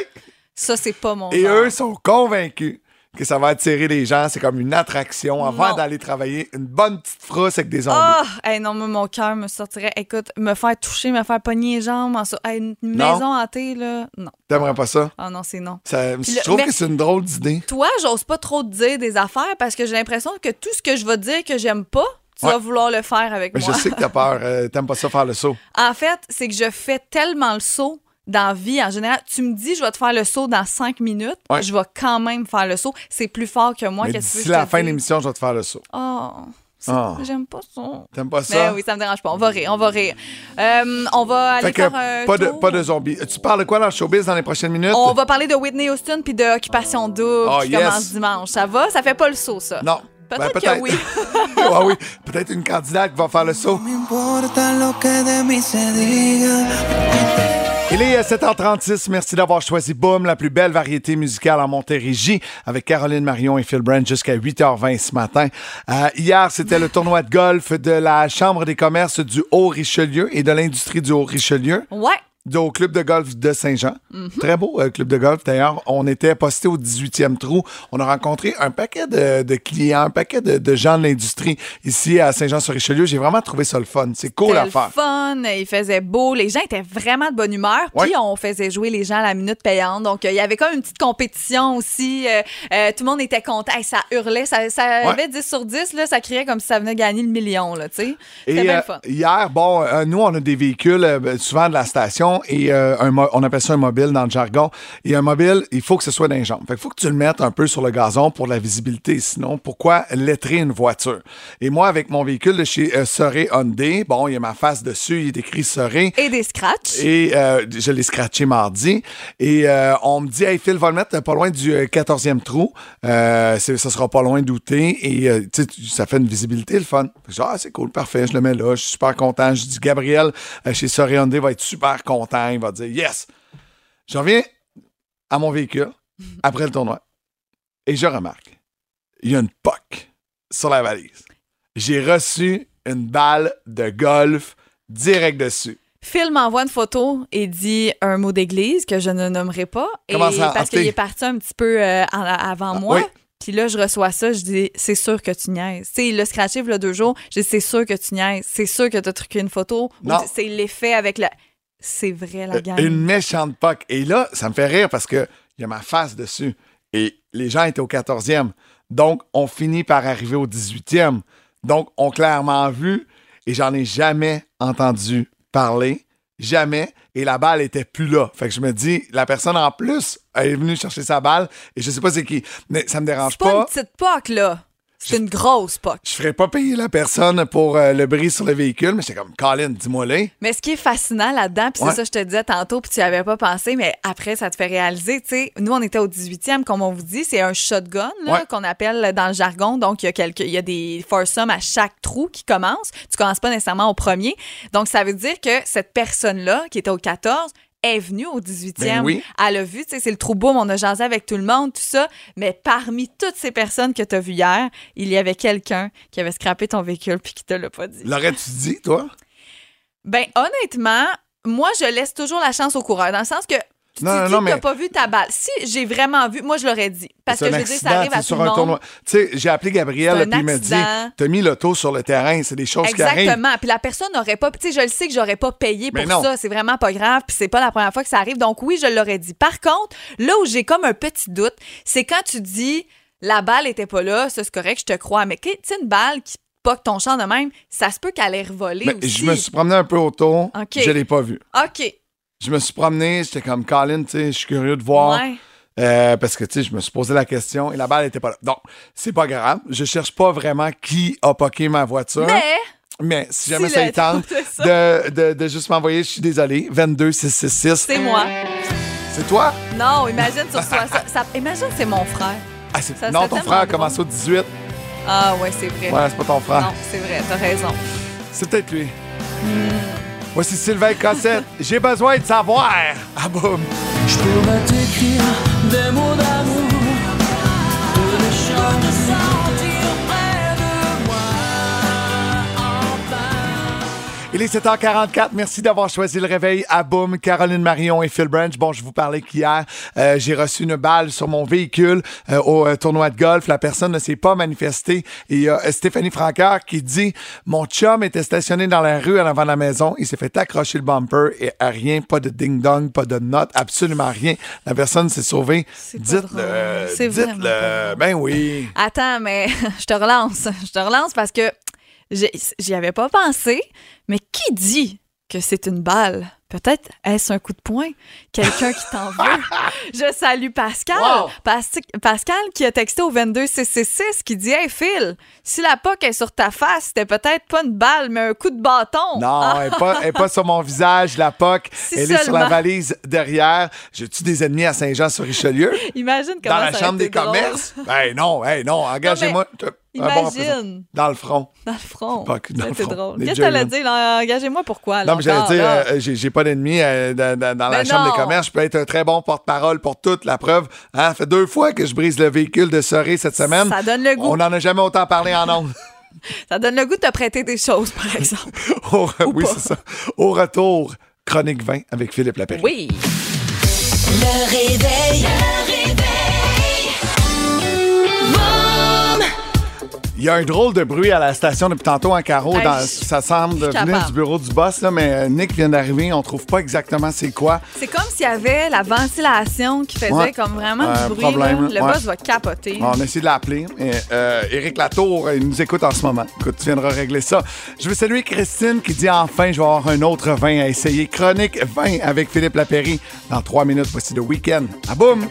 D: Ça c'est pas mon
C: Et
D: genre.
C: eux sont convaincus que ça va attirer les gens. C'est comme une attraction avant
D: Non.
C: d'aller travailler. Une bonne petite frousse avec des zombies.
D: Ah, hey, non, moi, mon cœur me sortirait. Écoute, me faire toucher, me faire pogner les jambes, en so- hey, une
C: Non.
D: maison hantée, là, non.
C: T'aimerais pas ça?
D: Ah non, c'est non.
C: Ça-
D: Puis
C: je
D: le-
C: trouve
D: mais-
C: que c'est une drôle d'idée.
D: Toi, j'ose pas trop te dire des affaires parce que j'ai l'impression que tout ce que je vais te dire que j'aime pas, tu
C: Ouais.
D: vas vouloir le faire avec
C: Mais
D: moi.
C: je sais que t'as peur. euh, T'aimes pas ça faire le saut.
D: En fait, c'est que je fais tellement le saut dans la vie en général. Tu me dis, je vais te faire le saut dans cinq minutes.
C: Ouais.
D: Je vais quand même faire le saut. C'est plus fort que moi.
C: Mais
D: Qu'est-ce que tu
C: d'ici
D: veux que
C: la
D: je te
C: fin de
D: dise?
C: l'émission, je vais te faire le saut.
D: Oh, c'est-
C: Ah.
D: j'aime pas ça.
C: T'aimes pas ça?
D: Mais Ben oui, ça me dérange pas. On va rire, on va rire. Euh, on va aller
C: Fait que
D: faire un
C: pas, de,
D: tour.
C: pas de zombies. Tu parles de quoi dans le showbiz dans les prochaines minutes?
D: On va parler de Whitney Houston puis de Occupation Double
C: Ah,
D: qui
C: yes.
D: commence dimanche. Ça va? Ça fait pas le saut, ça?
C: Non.
D: Peut-être
C: Ben,
D: que oui.
C: ah oui, peut-être une candidate qui va faire le saut.
G: importa lo que de mí se diga.
C: Il est euh, 7h36. Merci d'avoir choisi Boom, la plus belle variété musicale en Montérégie, avec Caroline Marion et Phil Brand jusqu'à 8h20 ce matin. Euh, hier, c'était le tournoi de golf de la Chambre des commerces du Haut-Richelieu et de l'industrie du Haut-Richelieu.
D: Ouais.
C: Au club de golf de Saint-Jean.
D: Mhm.
C: Très beau euh, club de golf. D'ailleurs, on était posté au 18e trou. On a rencontré un paquet de, de clients, un paquet de, de gens de l'industrie ici à Saint-Jean-sur-Richelieu. J'ai vraiment trouvé ça le fun. C'est cool
D: C'était
C: à
D: le
C: faire.
D: fun, il faisait beau, les gens étaient vraiment de bonne humeur, puis on faisait jouer les gens à la minute payante. Donc, euh, il y avait comme une petite compétition aussi. euh, euh, tout le monde était content. Hey, ça hurlait, ça, ça
C: Ouais.
D: avait 10 sur 10, là, ça criait comme si ça venait de gagner le million. là, tu sais. C'était
C: Et
D: bien
C: euh,
D: le fun.
C: hier, bon, euh, nous, on a des véhicules euh, ben, souvent de la station et euh, un mo- on appelle ça un mobile dans le jargon. Et un mobile, il faut que ce soit d'un jambe. Fait que faut que tu le mettes un peu sur le gazon pour la visibilité. Sinon, pourquoi lettrer une voiture? Et moi, avec mon véhicule de chez euh, Soré Hyundai, bon, il y a ma face dessus, il est écrit Soré.
D: Et des scratchs.
C: Et euh, je l'ai scratché mardi. Et euh, on me dit, hey Phil, va le mettre pas loin du euh, 14e trou. Euh, c'est- ça sera pas loin d'outer. Et euh, tu sais, tu- ça fait une visibilité, le fun. Fait que je dis, ah, c'est cool, parfait, je le mets là. Je suis super content. Je dis, Gabriel, euh, chez Soriandé, va être super content. Il va dire, yes. Je reviens à mon véhicule après le tournoi. Et je remarque, il y a une POC sur la valise. J'ai reçu une balle de golf direct dessus.
D: Phil m'envoie une photo et dit un mot d'église que je ne nommerai pas. Et
C: Comment ça, Ah,
D: parce
C: hanté?
D: qu'il est parti un petit peu euh, en- avant moi.
C: oui.
D: Puis là, je reçois ça, je dis, c'est sûr que tu niaises. Tu sais, il l'a scratché il y a deux jours, je dis, c'est sûr que tu niaises, c'est sûr que tu as truqué une photo. Ou
C: Non. Euh,
D: C'est l'effet avec la. C'est vrai, la gang.
C: Une méchante POC. Et là, ça me fait rire parce que il y a ma face dessus. Et les gens étaient au 14e. Donc, on finit par arriver au 18e. Donc, on clairement vu et j'en ai jamais entendu parler. Jamais. Et la balle était plus là. Fait que je me dis, la personne en plus elle est venue chercher sa balle et je sais pas c'est qui. Mais ça me dérange
D: C'est pas une petite POC, là. C'est une grosse POC.
C: Je ferais pas payer la personne pour euh, le bris sur le véhicule, mais j'étais comme, Colin, dis-moi là.
D: Mais ce qui est fascinant là-dedans, puis
C: Ouais.
D: c'est ça que je te disais tantôt, puis tu n'y avais pas pensé, mais après, ça te fait réaliser, tu sais, nous, on était au 18e, comme on vous dit, c'est un shotgun, là,
M: Ouais.
D: qu'on appelle dans le jargon. Donc, il y, a quelques, il y a des foursomes à chaque trou qui commence. Tu commences pas nécessairement au premier. Donc, ça veut dire que cette personne-là, qui était au 14, est venue au 18e.
M: Ben oui.
D: Elle a vu, tu sais, c'est le trou boum, on a jasé avec tout le monde, tout ça. Mais parmi toutes ces personnes que tu as vues hier, il y avait quelqu'un qui avait scrappé ton véhicule puis qui te l'a pas dit.
C: L'aurais-tu dit, toi?
D: Ben honnêtement, moi je laisse toujours la chance au coureur dans le sens que tu
C: Non,
D: t'es
C: non,
D: dit
C: non,
D: que
C: mais-
D: t'as pas vu ta balle. Si j'ai vraiment vu, moi je l'aurais dit parce que
C: C'est
D: je
C: un
D: veux dire ça
C: accident,
D: arrive
C: c'est
D: à tout
C: sur
D: le
C: un
D: monde.
C: tournoi. Tu sais, j'ai appelé
D: C'est un
C: Gabriel, puis il m'a dit
D: accident.
C: T'as mis l'auto sur le terrain, c'est des choses qui arrivent.
D: Exactement. Puis la personne n'aurait pas. Tu sais, je le sais que j'aurais pas payé
C: Mais
D: pour
C: non.
D: ça. C'est vraiment pas grave. Puis c'est pas la première fois que ça arrive. Donc oui, je l'aurais dit. Par contre, là où j'ai comme un petit doute, c'est quand tu dis la balle était pas là, ça c'est correct, je te crois. Mais tu sais, une balle qui poque ton champ de même, ça se peut qu'elle ait revolé
C: Mais
D: aussi.
C: je me suis promené un peu autour,
D: Ok.
C: je l'ai pas vu.
D: OK.
C: Je me suis promené, j'étais comme Colin, tu sais, je suis curieux de voir.
D: Ouais.
C: Euh, parce que tu sais, je me suis posé la question et la balle était pas là. Donc, c'est pas grave. Je cherche pas vraiment qui a poqué ma voiture.
D: Mais-
C: Mais si jamais
D: Si
C: ça
D: le-
C: y tente
D: c'est ça.
C: de, de, de juste m'envoyer, je suis désolé. 22 666.
D: C'est moi.
C: C'est toi?
D: Non, imagine sur soi. Ça, ça- imagine c'est mon frère.
C: Ah, c'est-
D: Ça
C: non,
D: serait
C: ton
D: tellement
C: frère a
D: drôle.
C: commencé au 18.
D: Ah ouais, c'est vrai.
C: Ouais, c'est pas ton frère.
D: Non, c'est vrai, t'as raison.
C: C'est peut-être lui. Voici Sylvain Cossette. J'ai besoin de savoir. Ah boum.
N: Je pourrais t'écrire des mots d'amour Pour les choses de sentir près de
C: Il est 7h44. Merci d'avoir choisi le réveil à Boom, Caroline Marion et Phil Branch. Bon, je vous parlais qu'hier, euh, j'ai reçu une balle sur mon véhicule euh, au euh, tournoi de golf. La personne ne s'est pas manifestée. Et il y a euh, Stéphanie Francaire qui dit Mon chum était stationné dans la rue en avant de la maison. Il s'est fait accrocher le bumper et à rien, pas de ding-dong, pas de note, absolument rien. La personne s'est sauvée. Dites-le.
D: C'est vraiment
C: Dites-le. Ben oui.
D: Attends, mais je te relance. Je te relance parce que j'ai- j'y avais pas pensé. Mais qui dit que c'est une balle? Peut-être est-ce un coup de poing? Quelqu'un qui t'en veut. Je salue Pascal. Pasti- Pascal qui a texté au 22666 qui dit Hey Phil, si la POC est sur ta face, c'était peut-être pas une balle, mais un coup de bâton. Ah,
C: Non, elle n'est pas, elle est pas sur mon visage, la POC. elle est sur la
D: seulement.
C: valise derrière. J'ai-tu des ennemis à Saint-Jean-sur-Richelieu?
D: Imagine comment
C: Dans la
D: ça aurait
C: chambre des
D: été drôle.
C: commerces? Ben non, hey, non, engagez-moi.
D: Il Imagine.
C: Dans le front.
D: Dans le front.
C: Pas que dans
D: Ça,
C: le
D: C'est
C: front.
D: drôle.
C: Les
D: Qu'est-ce que t'allais
C: Jalen.
D: dire? là? Engagez-moi pourquoi? là,
C: Non, mais j'allais
D: encore,
C: dire,
D: là?
C: euh, j'ai j'ai pas d'ennemis euh, dans, dans- dans la
D: Mais
C: chambre
D: non.
C: des commerces. Je peux être un très bon porte-parole pour toute la preuve. Hein, ça fait deux fois que je brise le véhicule de Soré cette semaine.
D: Ça donne le goût.
C: On n'en a jamais autant parlé en ondes.
D: Ça donne le goût de te prêter des choses, par exemple.
C: Au re- oui, c'est ça. Au retour, Chronique 20 avec Philippe Lapéry.
D: Oui.
A: Le réveil.
C: Il y a un drôle de bruit à la station depuis tantôt en carreau.
D: Hey,
C: dans-
D: je-
C: ça semble
D: je suis
C: venir
D: capable.
C: du bureau du boss, là, mais euh, Nick vient d'arriver. On trouve pas exactement c'est quoi.
D: C'est comme s'il y avait la ventilation qui faisait
C: Ouais.
D: comme vraiment
C: Un
D: du bruit.
C: problème,
D: là. Le
C: ouais.
D: boss va capoter.
C: On a essayé de l'appeler. Et, euh, Éric Latour, euh, il nous écoute en ce moment. Écoute, tu viendras régler ça. Je veux saluer Christine qui dit enfin, je vais avoir un autre vin à essayer. Chronique 20 avec Philippe Lapéry. Dans trois minutes, voici le week-end. À boum!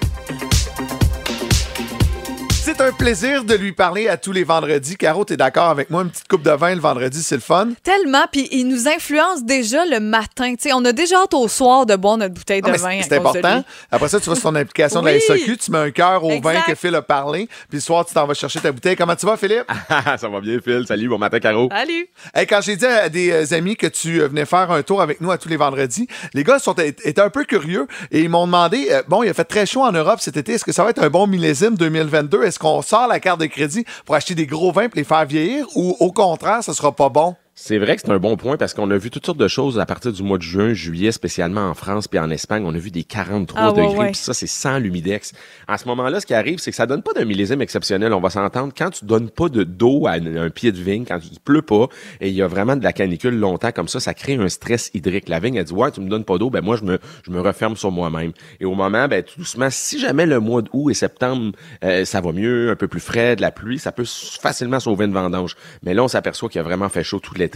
C: C'est un plaisir de lui parler à tous les vendredis. Caro, t'es d'accord avec moi? Une petite coupe de vin le vendredi, c'est le fun.
D: Tellement, puis il nous influence déjà le matin. Tu sais, on a déjà hâte au soir de boire notre bouteille de
C: Ah, mais
D: vin. à
C: C'est
D: cause de
C: important.
D: lui.
C: Après ça, tu vas sur ton application de
D: Oui.
C: la SAQ, tu mets un cœur au vin
D: Exact.
C: que Phil a parlé, puis le soir, tu t'en vas chercher ta bouteille. Comment tu vas, Philippe?
D: Ah.
M: ça va bien, Phil. Salut, bon matin, Caro.
D: Salut.
C: Hey, quand j'ai dit à des euh, amis que tu euh, venais faire un tour avec nous à tous les vendredis, les gars sont, étaient un peu curieux et ils m'ont demandé euh, bon, il a fait très chaud en Europe cet été, est-ce que ça va être un bon millésime 2022 Est-ce qu'on sort la carte de crédit pour acheter des gros vins pour les faire vieillir ou au contraire, ça sera pas bon
M: C'est vrai que c'est un bon point parce qu'on a vu toutes sortes de choses à partir du mois de juin, juillet, spécialement en France puis en Espagne. On a vu des 43
O: Ah, ouais,
M: degrés,
O: ouais.
M: puis ça, c'est sans l'humidex. À ce moment-là, ce qui arrive, c'est que ça donne pas d'un millésime exceptionnel. On va s'entendre. Quand tu donnes pas de d'eau à un, un pied de vigne, quand il pleut pas et il y a vraiment de la canicule longtemps comme ça, ça crée un stress hydrique. La vigne, elle dit, ouais, tu me donnes pas d'eau, ben moi, je me, je me referme sur moi-même. Et au moment, ben tout doucement, si jamais le mois d'août et septembre, euh, ça va mieux, un peu plus frais, de la pluie, ça peut s- facilement sauver une vendange. Mais là, on s'aperçoit qu'il a vraiment fait chaud tout l'été.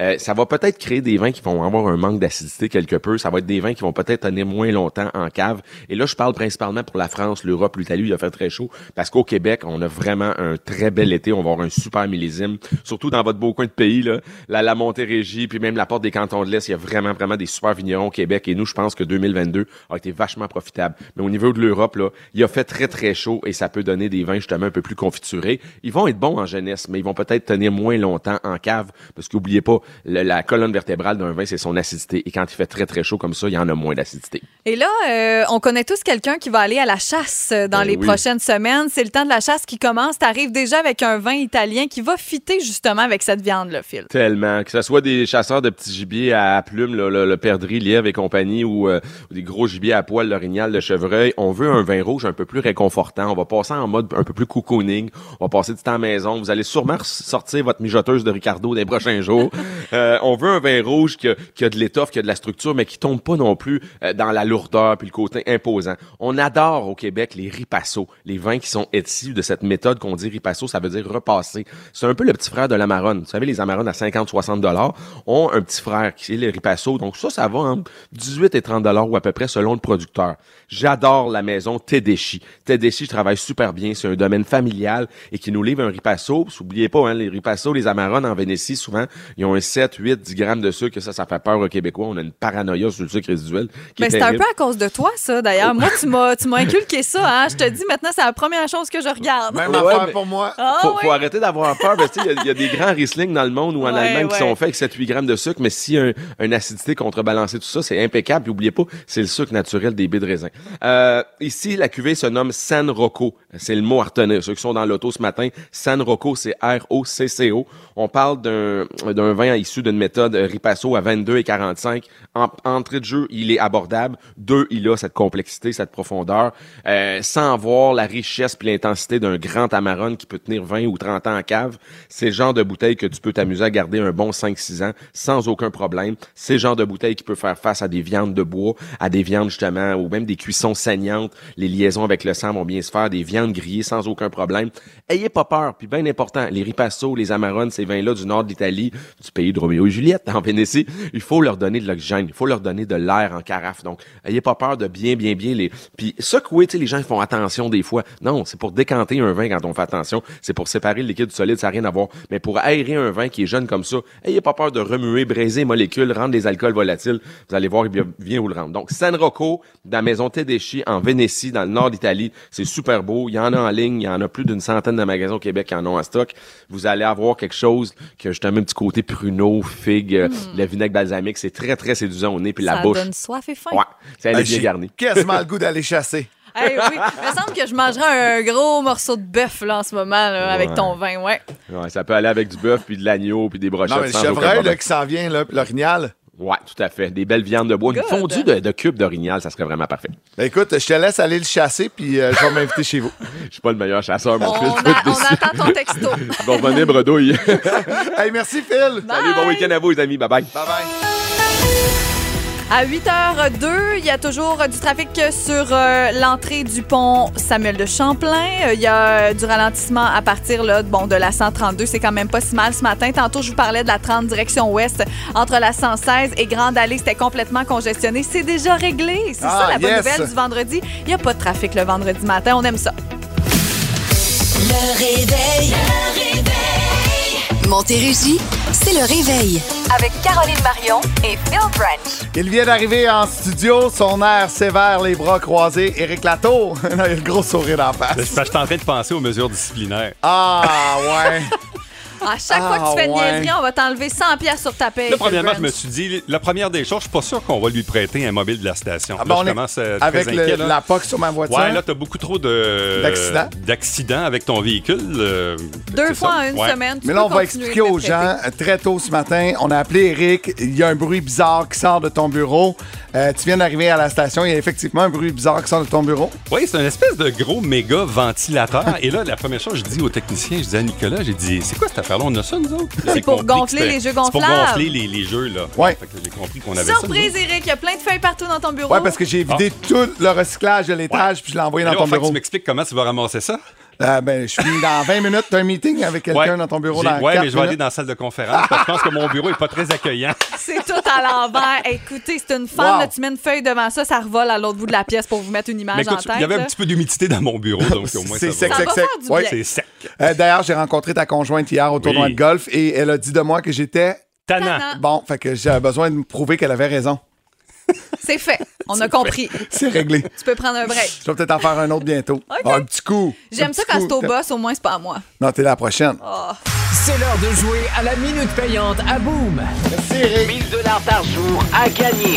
M: Euh, ça va peut-être créer des vins qui vont avoir un manque d'acidité quelque peu. Ça va être des vins qui vont peut-être tenir moins longtemps en cave. Et là, je parle principalement pour la France, l'Europe, l'Italie, il a fait très chaud. Parce qu'au Québec, on a vraiment un très bel été. On va avoir un super millésime. Surtout dans votre beau coin de pays, là. La, la Montérégie, puis même la porte des cantons de l'Est, il y a vraiment, vraiment des super vignerons au Québec. Et nous, je pense que 2022 a été vachement profitable. Mais au niveau de l'Europe, là, il a fait très, très chaud et ça peut donner des vins justement un peu plus confiturés. Ils vont être bons en jeunesse, mais ils vont peut-être tenir moins longtemps en cave. Parce qu'oubliez pas, le- la colonne vertébrale d'un vin, c'est son acidité. Et quand il fait très, très chaud comme ça, il y en a moins d'acidité.
D: Et là, euh, on connaît tous quelqu'un qui va aller à la chasse euh, dans
M: Ben
D: les
M: oui.
D: prochaines semaines. C'est le temps de la chasse qui commence. T'arrives déjà avec un vin italien qui va fitter justement avec cette viande-là, Phil.
M: Tellement. Que ce soit des chasseurs de petits gibiers à plumes, le, le, le perdrix, lièvre et compagnie, ou euh, ou des gros gibiers à poil, l'orignal, le chevreuil, on veut un vin rouge un peu plus réconfortant. On va passer en mode un peu plus cocooning. On va passer du temps à la maison. Vous allez sûrement sortir votre mijoteuse de Ricardo des prochains jours. Euh, on veut un vin rouge qui a, qui a de l'étoffe, qui a de la structure, mais qui tombe pas non plus euh, dans la lourdeur puis le côté imposant. On adore au Québec les ripasso, les vins qui sont issus de cette méthode qu'on dit ripasso, ça veut dire repasser. C'est un peu le petit frère de l'amarone. Vous savez, les amarones à 50-60 dollars ont un petit frère qui est le ripasso. Donc ça, ça va entre 18 et 30 dollars ou à peu près selon le producteur. J'adore la maison Tedeschi. Tedeschi travaille super bien. C'est un domaine familial et qui nous livre un ripasso. N'oubliez pas, hein, les ripasso, les amarones en Vénétie, souvent, ils ont un 7, 8, 10 grammes de sucre. Ça, ça fait peur aux Québécois. On a une paranoïa sur le sucre résiduel. qui
D: Mais
M: est
D: Ben, c'est un
M: terrible. Oh.
D: peu à cause de toi, ça, d'ailleurs. Moi, tu m'as tu m'as inculqué ça. Hein? Je te dis, maintenant, c'est la première chose que je regarde. Ah
M: Même affaire Ouais, mais- pour
C: moi.
M: faut, faut arrêter d'avoir peur. parce que, tu sais, Il y, a- il y a des grands Riesling dans le monde ou en
D: Ouais,
M: Allemagne qui
D: ouais.
M: sont faits avec 7-8 grammes de sucre, mais si un, une acidité contrebalancée, tout ça, c'est impeccable. Puis oubliez pas, c'est le sucre naturel des baies de raisin. Euh, ici, la cuvée se nomme San Rocco. C'est le mot à retenir. Ceux qui sont dans l'auto ce matin, San Rocco, c'est R-O-C-C-O. On parle d'un d'un vin issu d'une méthode Ripasso à 22 et 45. En, entrée de jeu, il est abordable. Deux, il a cette complexité, cette profondeur, euh, sans voir la richesse puis l'intensité d'un grand Amarone qui peut tenir 20 ou 30 ans en cave. C'est le genre de bouteille que tu peux t'amuser à garder un bon 5-6 ans sans aucun problème. C'est le genre de bouteille qui peut faire face à des viandes de bois, à des viandes justement, ou même des cuissons saignantes. Les liaisons avec le sang vont bien se faire, des viandes grillées sans aucun problème. Ayez pas peur, puis bien important, les ripasso, les amarones, ces vins-là du nord de l'Italie, vie du pays de Roméo et Juliette en Vénétie, il faut leur donner de l'oxygène, il faut leur donner de l'air en carafe. Donc, ayez pas peur de bien, bien, bien les. Puis secouer, tu sais, les gens ils font attention des fois. Non, c'est pour décanter un vin quand on fait attention. C'est pour séparer le liquide du solide, ça n'a rien à voir. Mais pour aérer un vin qui est jeune comme ça, ayez pas peur de remuer, braiser les molécules, rendre les alcools volatiles. Vous allez voir, il vient- vient vous le rendre. Donc, San Rocco, dans la maison Tedeschi, en Vénétie, dans le nord d'Italie, c'est super beau. Il y en a en ligne, il y en a plus d'une centaine de magasins au Québec qui en ont en stock. Vous allez avoir quelque chose que justement un petit côté pruneau, figue, euh, le vinaigre balsamique, c'est très, très séduisant au nez puis la
D: Hmm. ça
M: bouche.
D: donne soif et faim.
M: Ouais, ça elle
C: Ben,
M: est bien
C: j'ai
M: garnie.
C: quasiment le goût d'aller chasser.
D: Hey, oui. Il me semble que je mangerais un gros morceau de bœuf là, en ce moment là, avec
M: Ouais.
D: ton vin, ouais.
M: Ouais, ça peut aller avec du bœuf puis de l'agneau puis des brochettes.
C: Non, mais le
M: sans aucun
C: chevreuil
M: problème.
C: là, qui s'en vient, là, puis l'orignal.
M: Ouais, tout à fait. Des belles viandes de bois.
C: Good.
M: Une fondue de, de cubes d'orignal, ça serait vraiment parfait.
C: Ben, écoute, je te laisse aller le chasser, puis euh, je vais m'inviter chez vous.
M: Je suis pas le meilleur chasseur, mon
C: On
M: fils.
C: a-
M: je vais te
C: on
M: déçu.
C: attend ton texto.
M: bon, venez, bredouille.
C: hey, merci, Phil.
M: Salut, bon week-end à vous, les amis. Bye-bye.
C: Bye-bye.
D: À 8h02, il y a toujours euh, du trafic sur euh, l'entrée du pont Samuel de Champlain. Euh, Il y a euh, du ralentissement à partir là, bon, de la 132. C'est quand même pas si mal ce matin. Tantôt, je vous parlais de la 30 direction ouest entre la 116 et Grande Allée. C'était complètement congestionné. C'est déjà réglé. C'est
A: Ah,
D: ça la bonne
A: yes.
D: nouvelle du vendredi. Il n'y a pas de trafic le vendredi matin. On aime ça.
A: Le réveil. Montérégie, c'est le réveil.
J: Avec Caroline Marion et Phil Branch.
C: Il vient d'arriver en studio, son air sévère, les bras croisés. Éric Latour, Non, il a le gros sourire d'en face.
O: Parce que j'étais Ben, en train de penser aux mesures disciplinaires.
C: Ah, ouais.
D: À chaque
C: Ah,
D: fois que tu fais une
O: ouais.
D: niaiserie, on va t'enlever 100 pièces sur ta paye.
O: Là, premièrement, je me
D: Brent.
O: suis dit, la première des choses, je suis pas sûr qu'on va lui prêter un mobile de la station.
C: ben,
O: là,
C: on
O: Ah, je
C: est
O: commence à être
C: avec
O: très
C: le-
O: inquiet, là.
C: la POC sur ma voiture.
O: Ouais, là, euh, t'as beaucoup trop de...
C: D'accidents.
O: d'accidents avec ton véhicule. euh,
D: Deux
O: c'est
D: fois
O: ça.
D: en une
O: Ouais.
D: semaine. tu
C: Mais là, on
D: peux
C: va
D: continuer
C: expliquer
D: de
C: aux
D: me
C: gens euh, très tôt ce matin. On a appelé Eric. Il y a un bruit bizarre qui sort de ton bureau. Euh, tu viens d'arriver à la station. Il y a effectivement un bruit bizarre qui sort de ton bureau.
O: Oui, c'est une espèce de gros méga ventilateur. Et là, la première chose que je dis au technicien, je dis à Nicolas, j'ai dit, c'est quoi cette affaire-là? On a ça, nous autres? J'ai
D: pour
O: compris que
D: gonfler
O: c'était-
D: les jeux
O: C'est
D: gonflables.
O: pour gonfler les, les jeux, là. Fait que j'ai compris qu'on avait ça. nous
D: Surprise, Eric, il y a plein de feuilles partout dans ton bureau.
C: Ouais, parce que j'ai vidé tout le recyclage de l'étage puis je l'ai envoyé
O: Ah. Mais
C: dans
O: là,
C: ton
O: il va falloir que
C: bureau.
O: tu m'expliques comment tu vas ramasser ça.
C: Euh, ben, je suis dans 20 minutes. T'as un meeting avec quelqu'un
O: Ouais.
C: dans ton bureau
O: J'ai-
C: dans
O: ouais,
C: quatre
O: mais je vais aller
C: minutes.
O: dans la salle de conférence parce que je pense que mon bureau est pas très accueillant.
D: C'est tout à l'envers. Écoutez, c'est une femme,
O: Wow.
D: là, tu mets une feuille devant ça, ça revole à l'autre bout de la pièce pour vous mettre une image
O: Mais écoute,
D: en tête.
O: il y avait
D: là.
O: un petit peu d'humidité dans mon bureau, donc au moins
C: C'est
O: ça
C: sec,
O: va.
C: sec, sec.
D: Ouais.
C: bien.
O: C'est sec.
C: Euh, D'ailleurs, j'ai rencontré ta conjointe hier au tournoi de golf et elle a dit de moi que j'étais...
O: Tannant.
C: Bon, fait que j'avais besoin de me prouver qu'elle avait raison.
D: C'est fait. On a compris.
C: C'est réglé.
D: Tu peux prendre un break.
C: Je vais peut-être en faire un autre bientôt. Ah, un petit coup. Un
D: J'aime ça
C: petit
D: quand
C: coup.
D: c'est au boss, au moins c'est pas à moi.
C: Non, t'es la prochaine.
P: Oh. C'est l'heure de jouer à la minute payante à Boom.
C: Merci, Eric.
P: 1000 dollars par jour à gagner.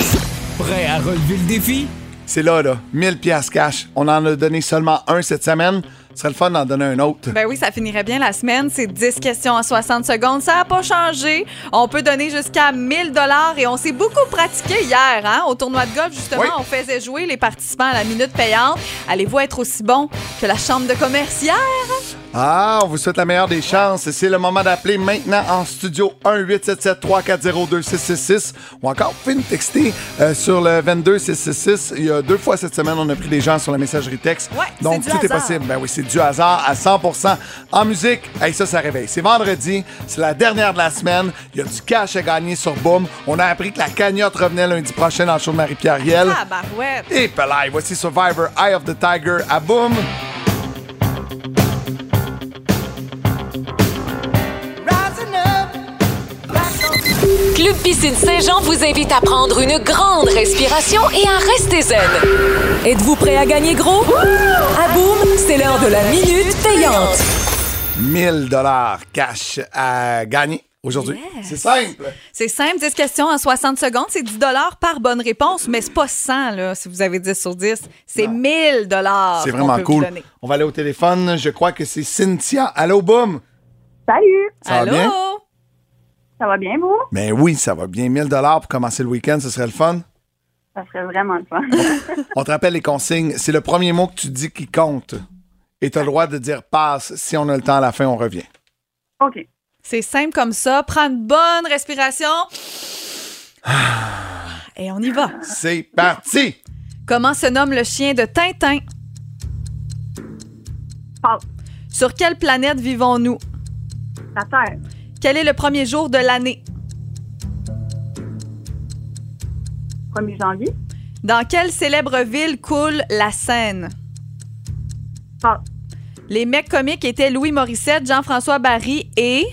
P: Prêt à relever le défi?
C: C'est là, là. 1000 piastres cash. On en a donné seulement un cette semaine. Ce serait le fun d'en donner un autre.
D: Ben oui, ça finirait bien la semaine. C'est 10 questions en 60 secondes. Ça n'a pas changé. On peut donner jusqu'à 1000 dollars et on s'est beaucoup pratiqué hier hein, au tournoi de golf. Justement,
Q: Oui.
D: on faisait jouer les participants à la minute payante. Allez-vous être aussi bon que la chambre de commerce hier?
C: Ah, on vous souhaite la meilleure des chances. C'est le moment d'appeler maintenant en studio 1-877-340-2666 ou encore, vous pouvez nous texter euh, sur le 22666. Il y a deux fois cette semaine, on a pris des gens sur la messagerie texte. Donc,
R: du
C: tout est
R: hasard.
C: possible. Ben oui, c'est du hasard à 100 En musique, hey, ça, ça réveille. C'est vendredi, c'est la dernière de la semaine. Il y a du cash à gagner sur Boom. On a appris que la cagnotte revenait lundi prochain dans le show de Marie-Pierre Riel.
D: Ah, barouette.
C: Et palais, voici Survivor Eye of the Tiger à Boom.
J: Club Piscine Saint-Jean vous invite à prendre une grande respiration et à rester zen. Êtes-vous prêt à gagner gros? À Boom, c'est l'heure de la minute payante.
C: 1000 dollars cash à gagner aujourd'hui. C'est simple.
D: C'est simple, 10 questions en 60 secondes, c'est 10 par bonne réponse, mais c'est pas 100 là, si vous avez 10 sur 10, c'est 1000 dollars.
C: C'est vraiment cool. On va aller au téléphone. Je crois que c'est Cynthia. Allô, boum.
L: Salut!
C: Ça va bien?
L: Ça va bien, vous?
C: Ben oui, ça va bien. 1000 dollars pour commencer le week-end, ce serait le fun.
L: Ça serait vraiment le fun.
C: On te rappelle les consignes. C'est le premier mot que tu dis qui compte. Et tu as le droit de dire passe. Si on a le temps à la fin, on revient.
L: OK.
D: C'est simple comme ça, prends une bonne respiration. Ah, Et on y va.
C: C'est parti.
D: Comment se nomme le chien de Tintin Sur quelle planète vivons-nous
L: La Terre.
D: Quel est le premier jour de l'année?
L: 1er janvier.
D: Dans quelle célèbre ville coule la Seine? Les mecs comiques étaient Louis Morissette, Jean-François Barry et...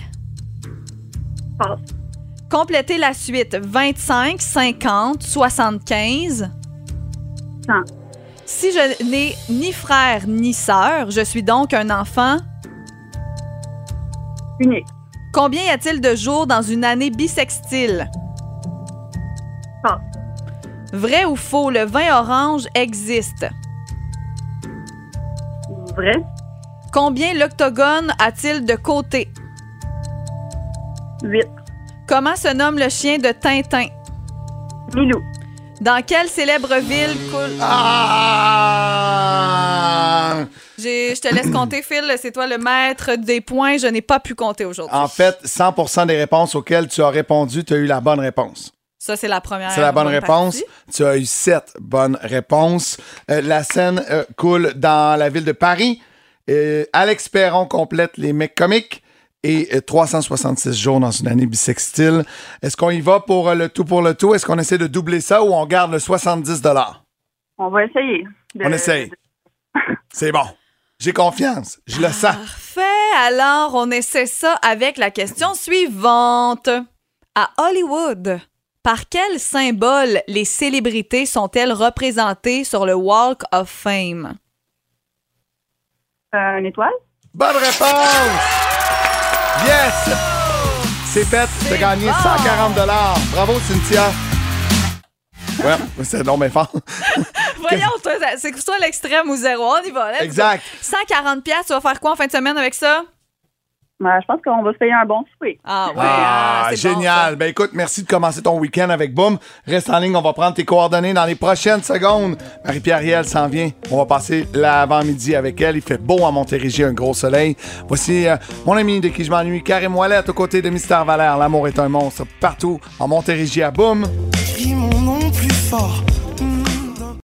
D: Complétez la suite. 25, 50, 75. Si je n'ai ni frère ni sœur, je suis donc un enfant...
L: Unique.
D: Combien y a-t-il de jours dans une année bisextile? Vrai ou faux, le vin orange existe?
L: Vrai.
D: Combien l'octogone a-t-il de côtés?
L: 8.
D: Comment se nomme le chien de Tintin?
L: Milou.
D: Dans quelle célèbre ville coule...
C: Ah!
D: J'ai- Je te laisse compter, Phil. C'est toi le maître des points. Je n'ai pas pu compter aujourd'hui.
C: En fait, 100 des réponses auxquelles tu as répondu, tu as eu la bonne réponse.
D: Ça, c'est la première.
C: C'est la bonne réponse.
D: partie.
C: Tu as eu sept bonnes réponses. Euh, la scène euh, coule dans la ville de Paris. Euh, Alex Perron complète les mecs comiques. Et euh, 366 jours dans une année bisextile. Est-ce qu'on y va pour euh, le tout pour le tout? Est-ce qu'on essaie de doubler ça ou on garde le 70
L: On va essayer. de-
C: On essaye. C'est bon. J'ai confiance. Je le sens.
D: Fait, alors, on essaie ça avec la question suivante. À Hollywood, par quel symbole les célébrités sont-elles représentées sur le Walk of Fame?
L: Euh, une étoile?
C: Bonne réponse! Yes! C'est fait. Tu as gagné 140 Bravo, Cynthia. Ouais, c'est non, mais fort.
D: Voyons, toi, ça- c'est soit l'extrême ou zéro. On y va. let's go.
C: Exact.
D: 140 pièces, tu vas faire quoi en fin de semaine avec ça?
L: Ben, je pense qu'on va se payer un bon souper.
D: Ah ouais.
C: Ah,
D: c'est bon,
C: génial. ben écoute, merci de commencer ton week-end avec Boom. Reste en ligne, on va prendre tes coordonnées dans les prochaines secondes. Marie-Pierre Riel s'en vient. On va passer l'avant-midi avec elle. Il fait beau à Montérégie, un gros soleil. Voici euh, mon ami de qui je m'ennuie, Karim Ouellette, aux côtés de Mystère Valère. L'amour est un monstre partout en Montérégie à Boom.
G: Crie mon nom plus fort,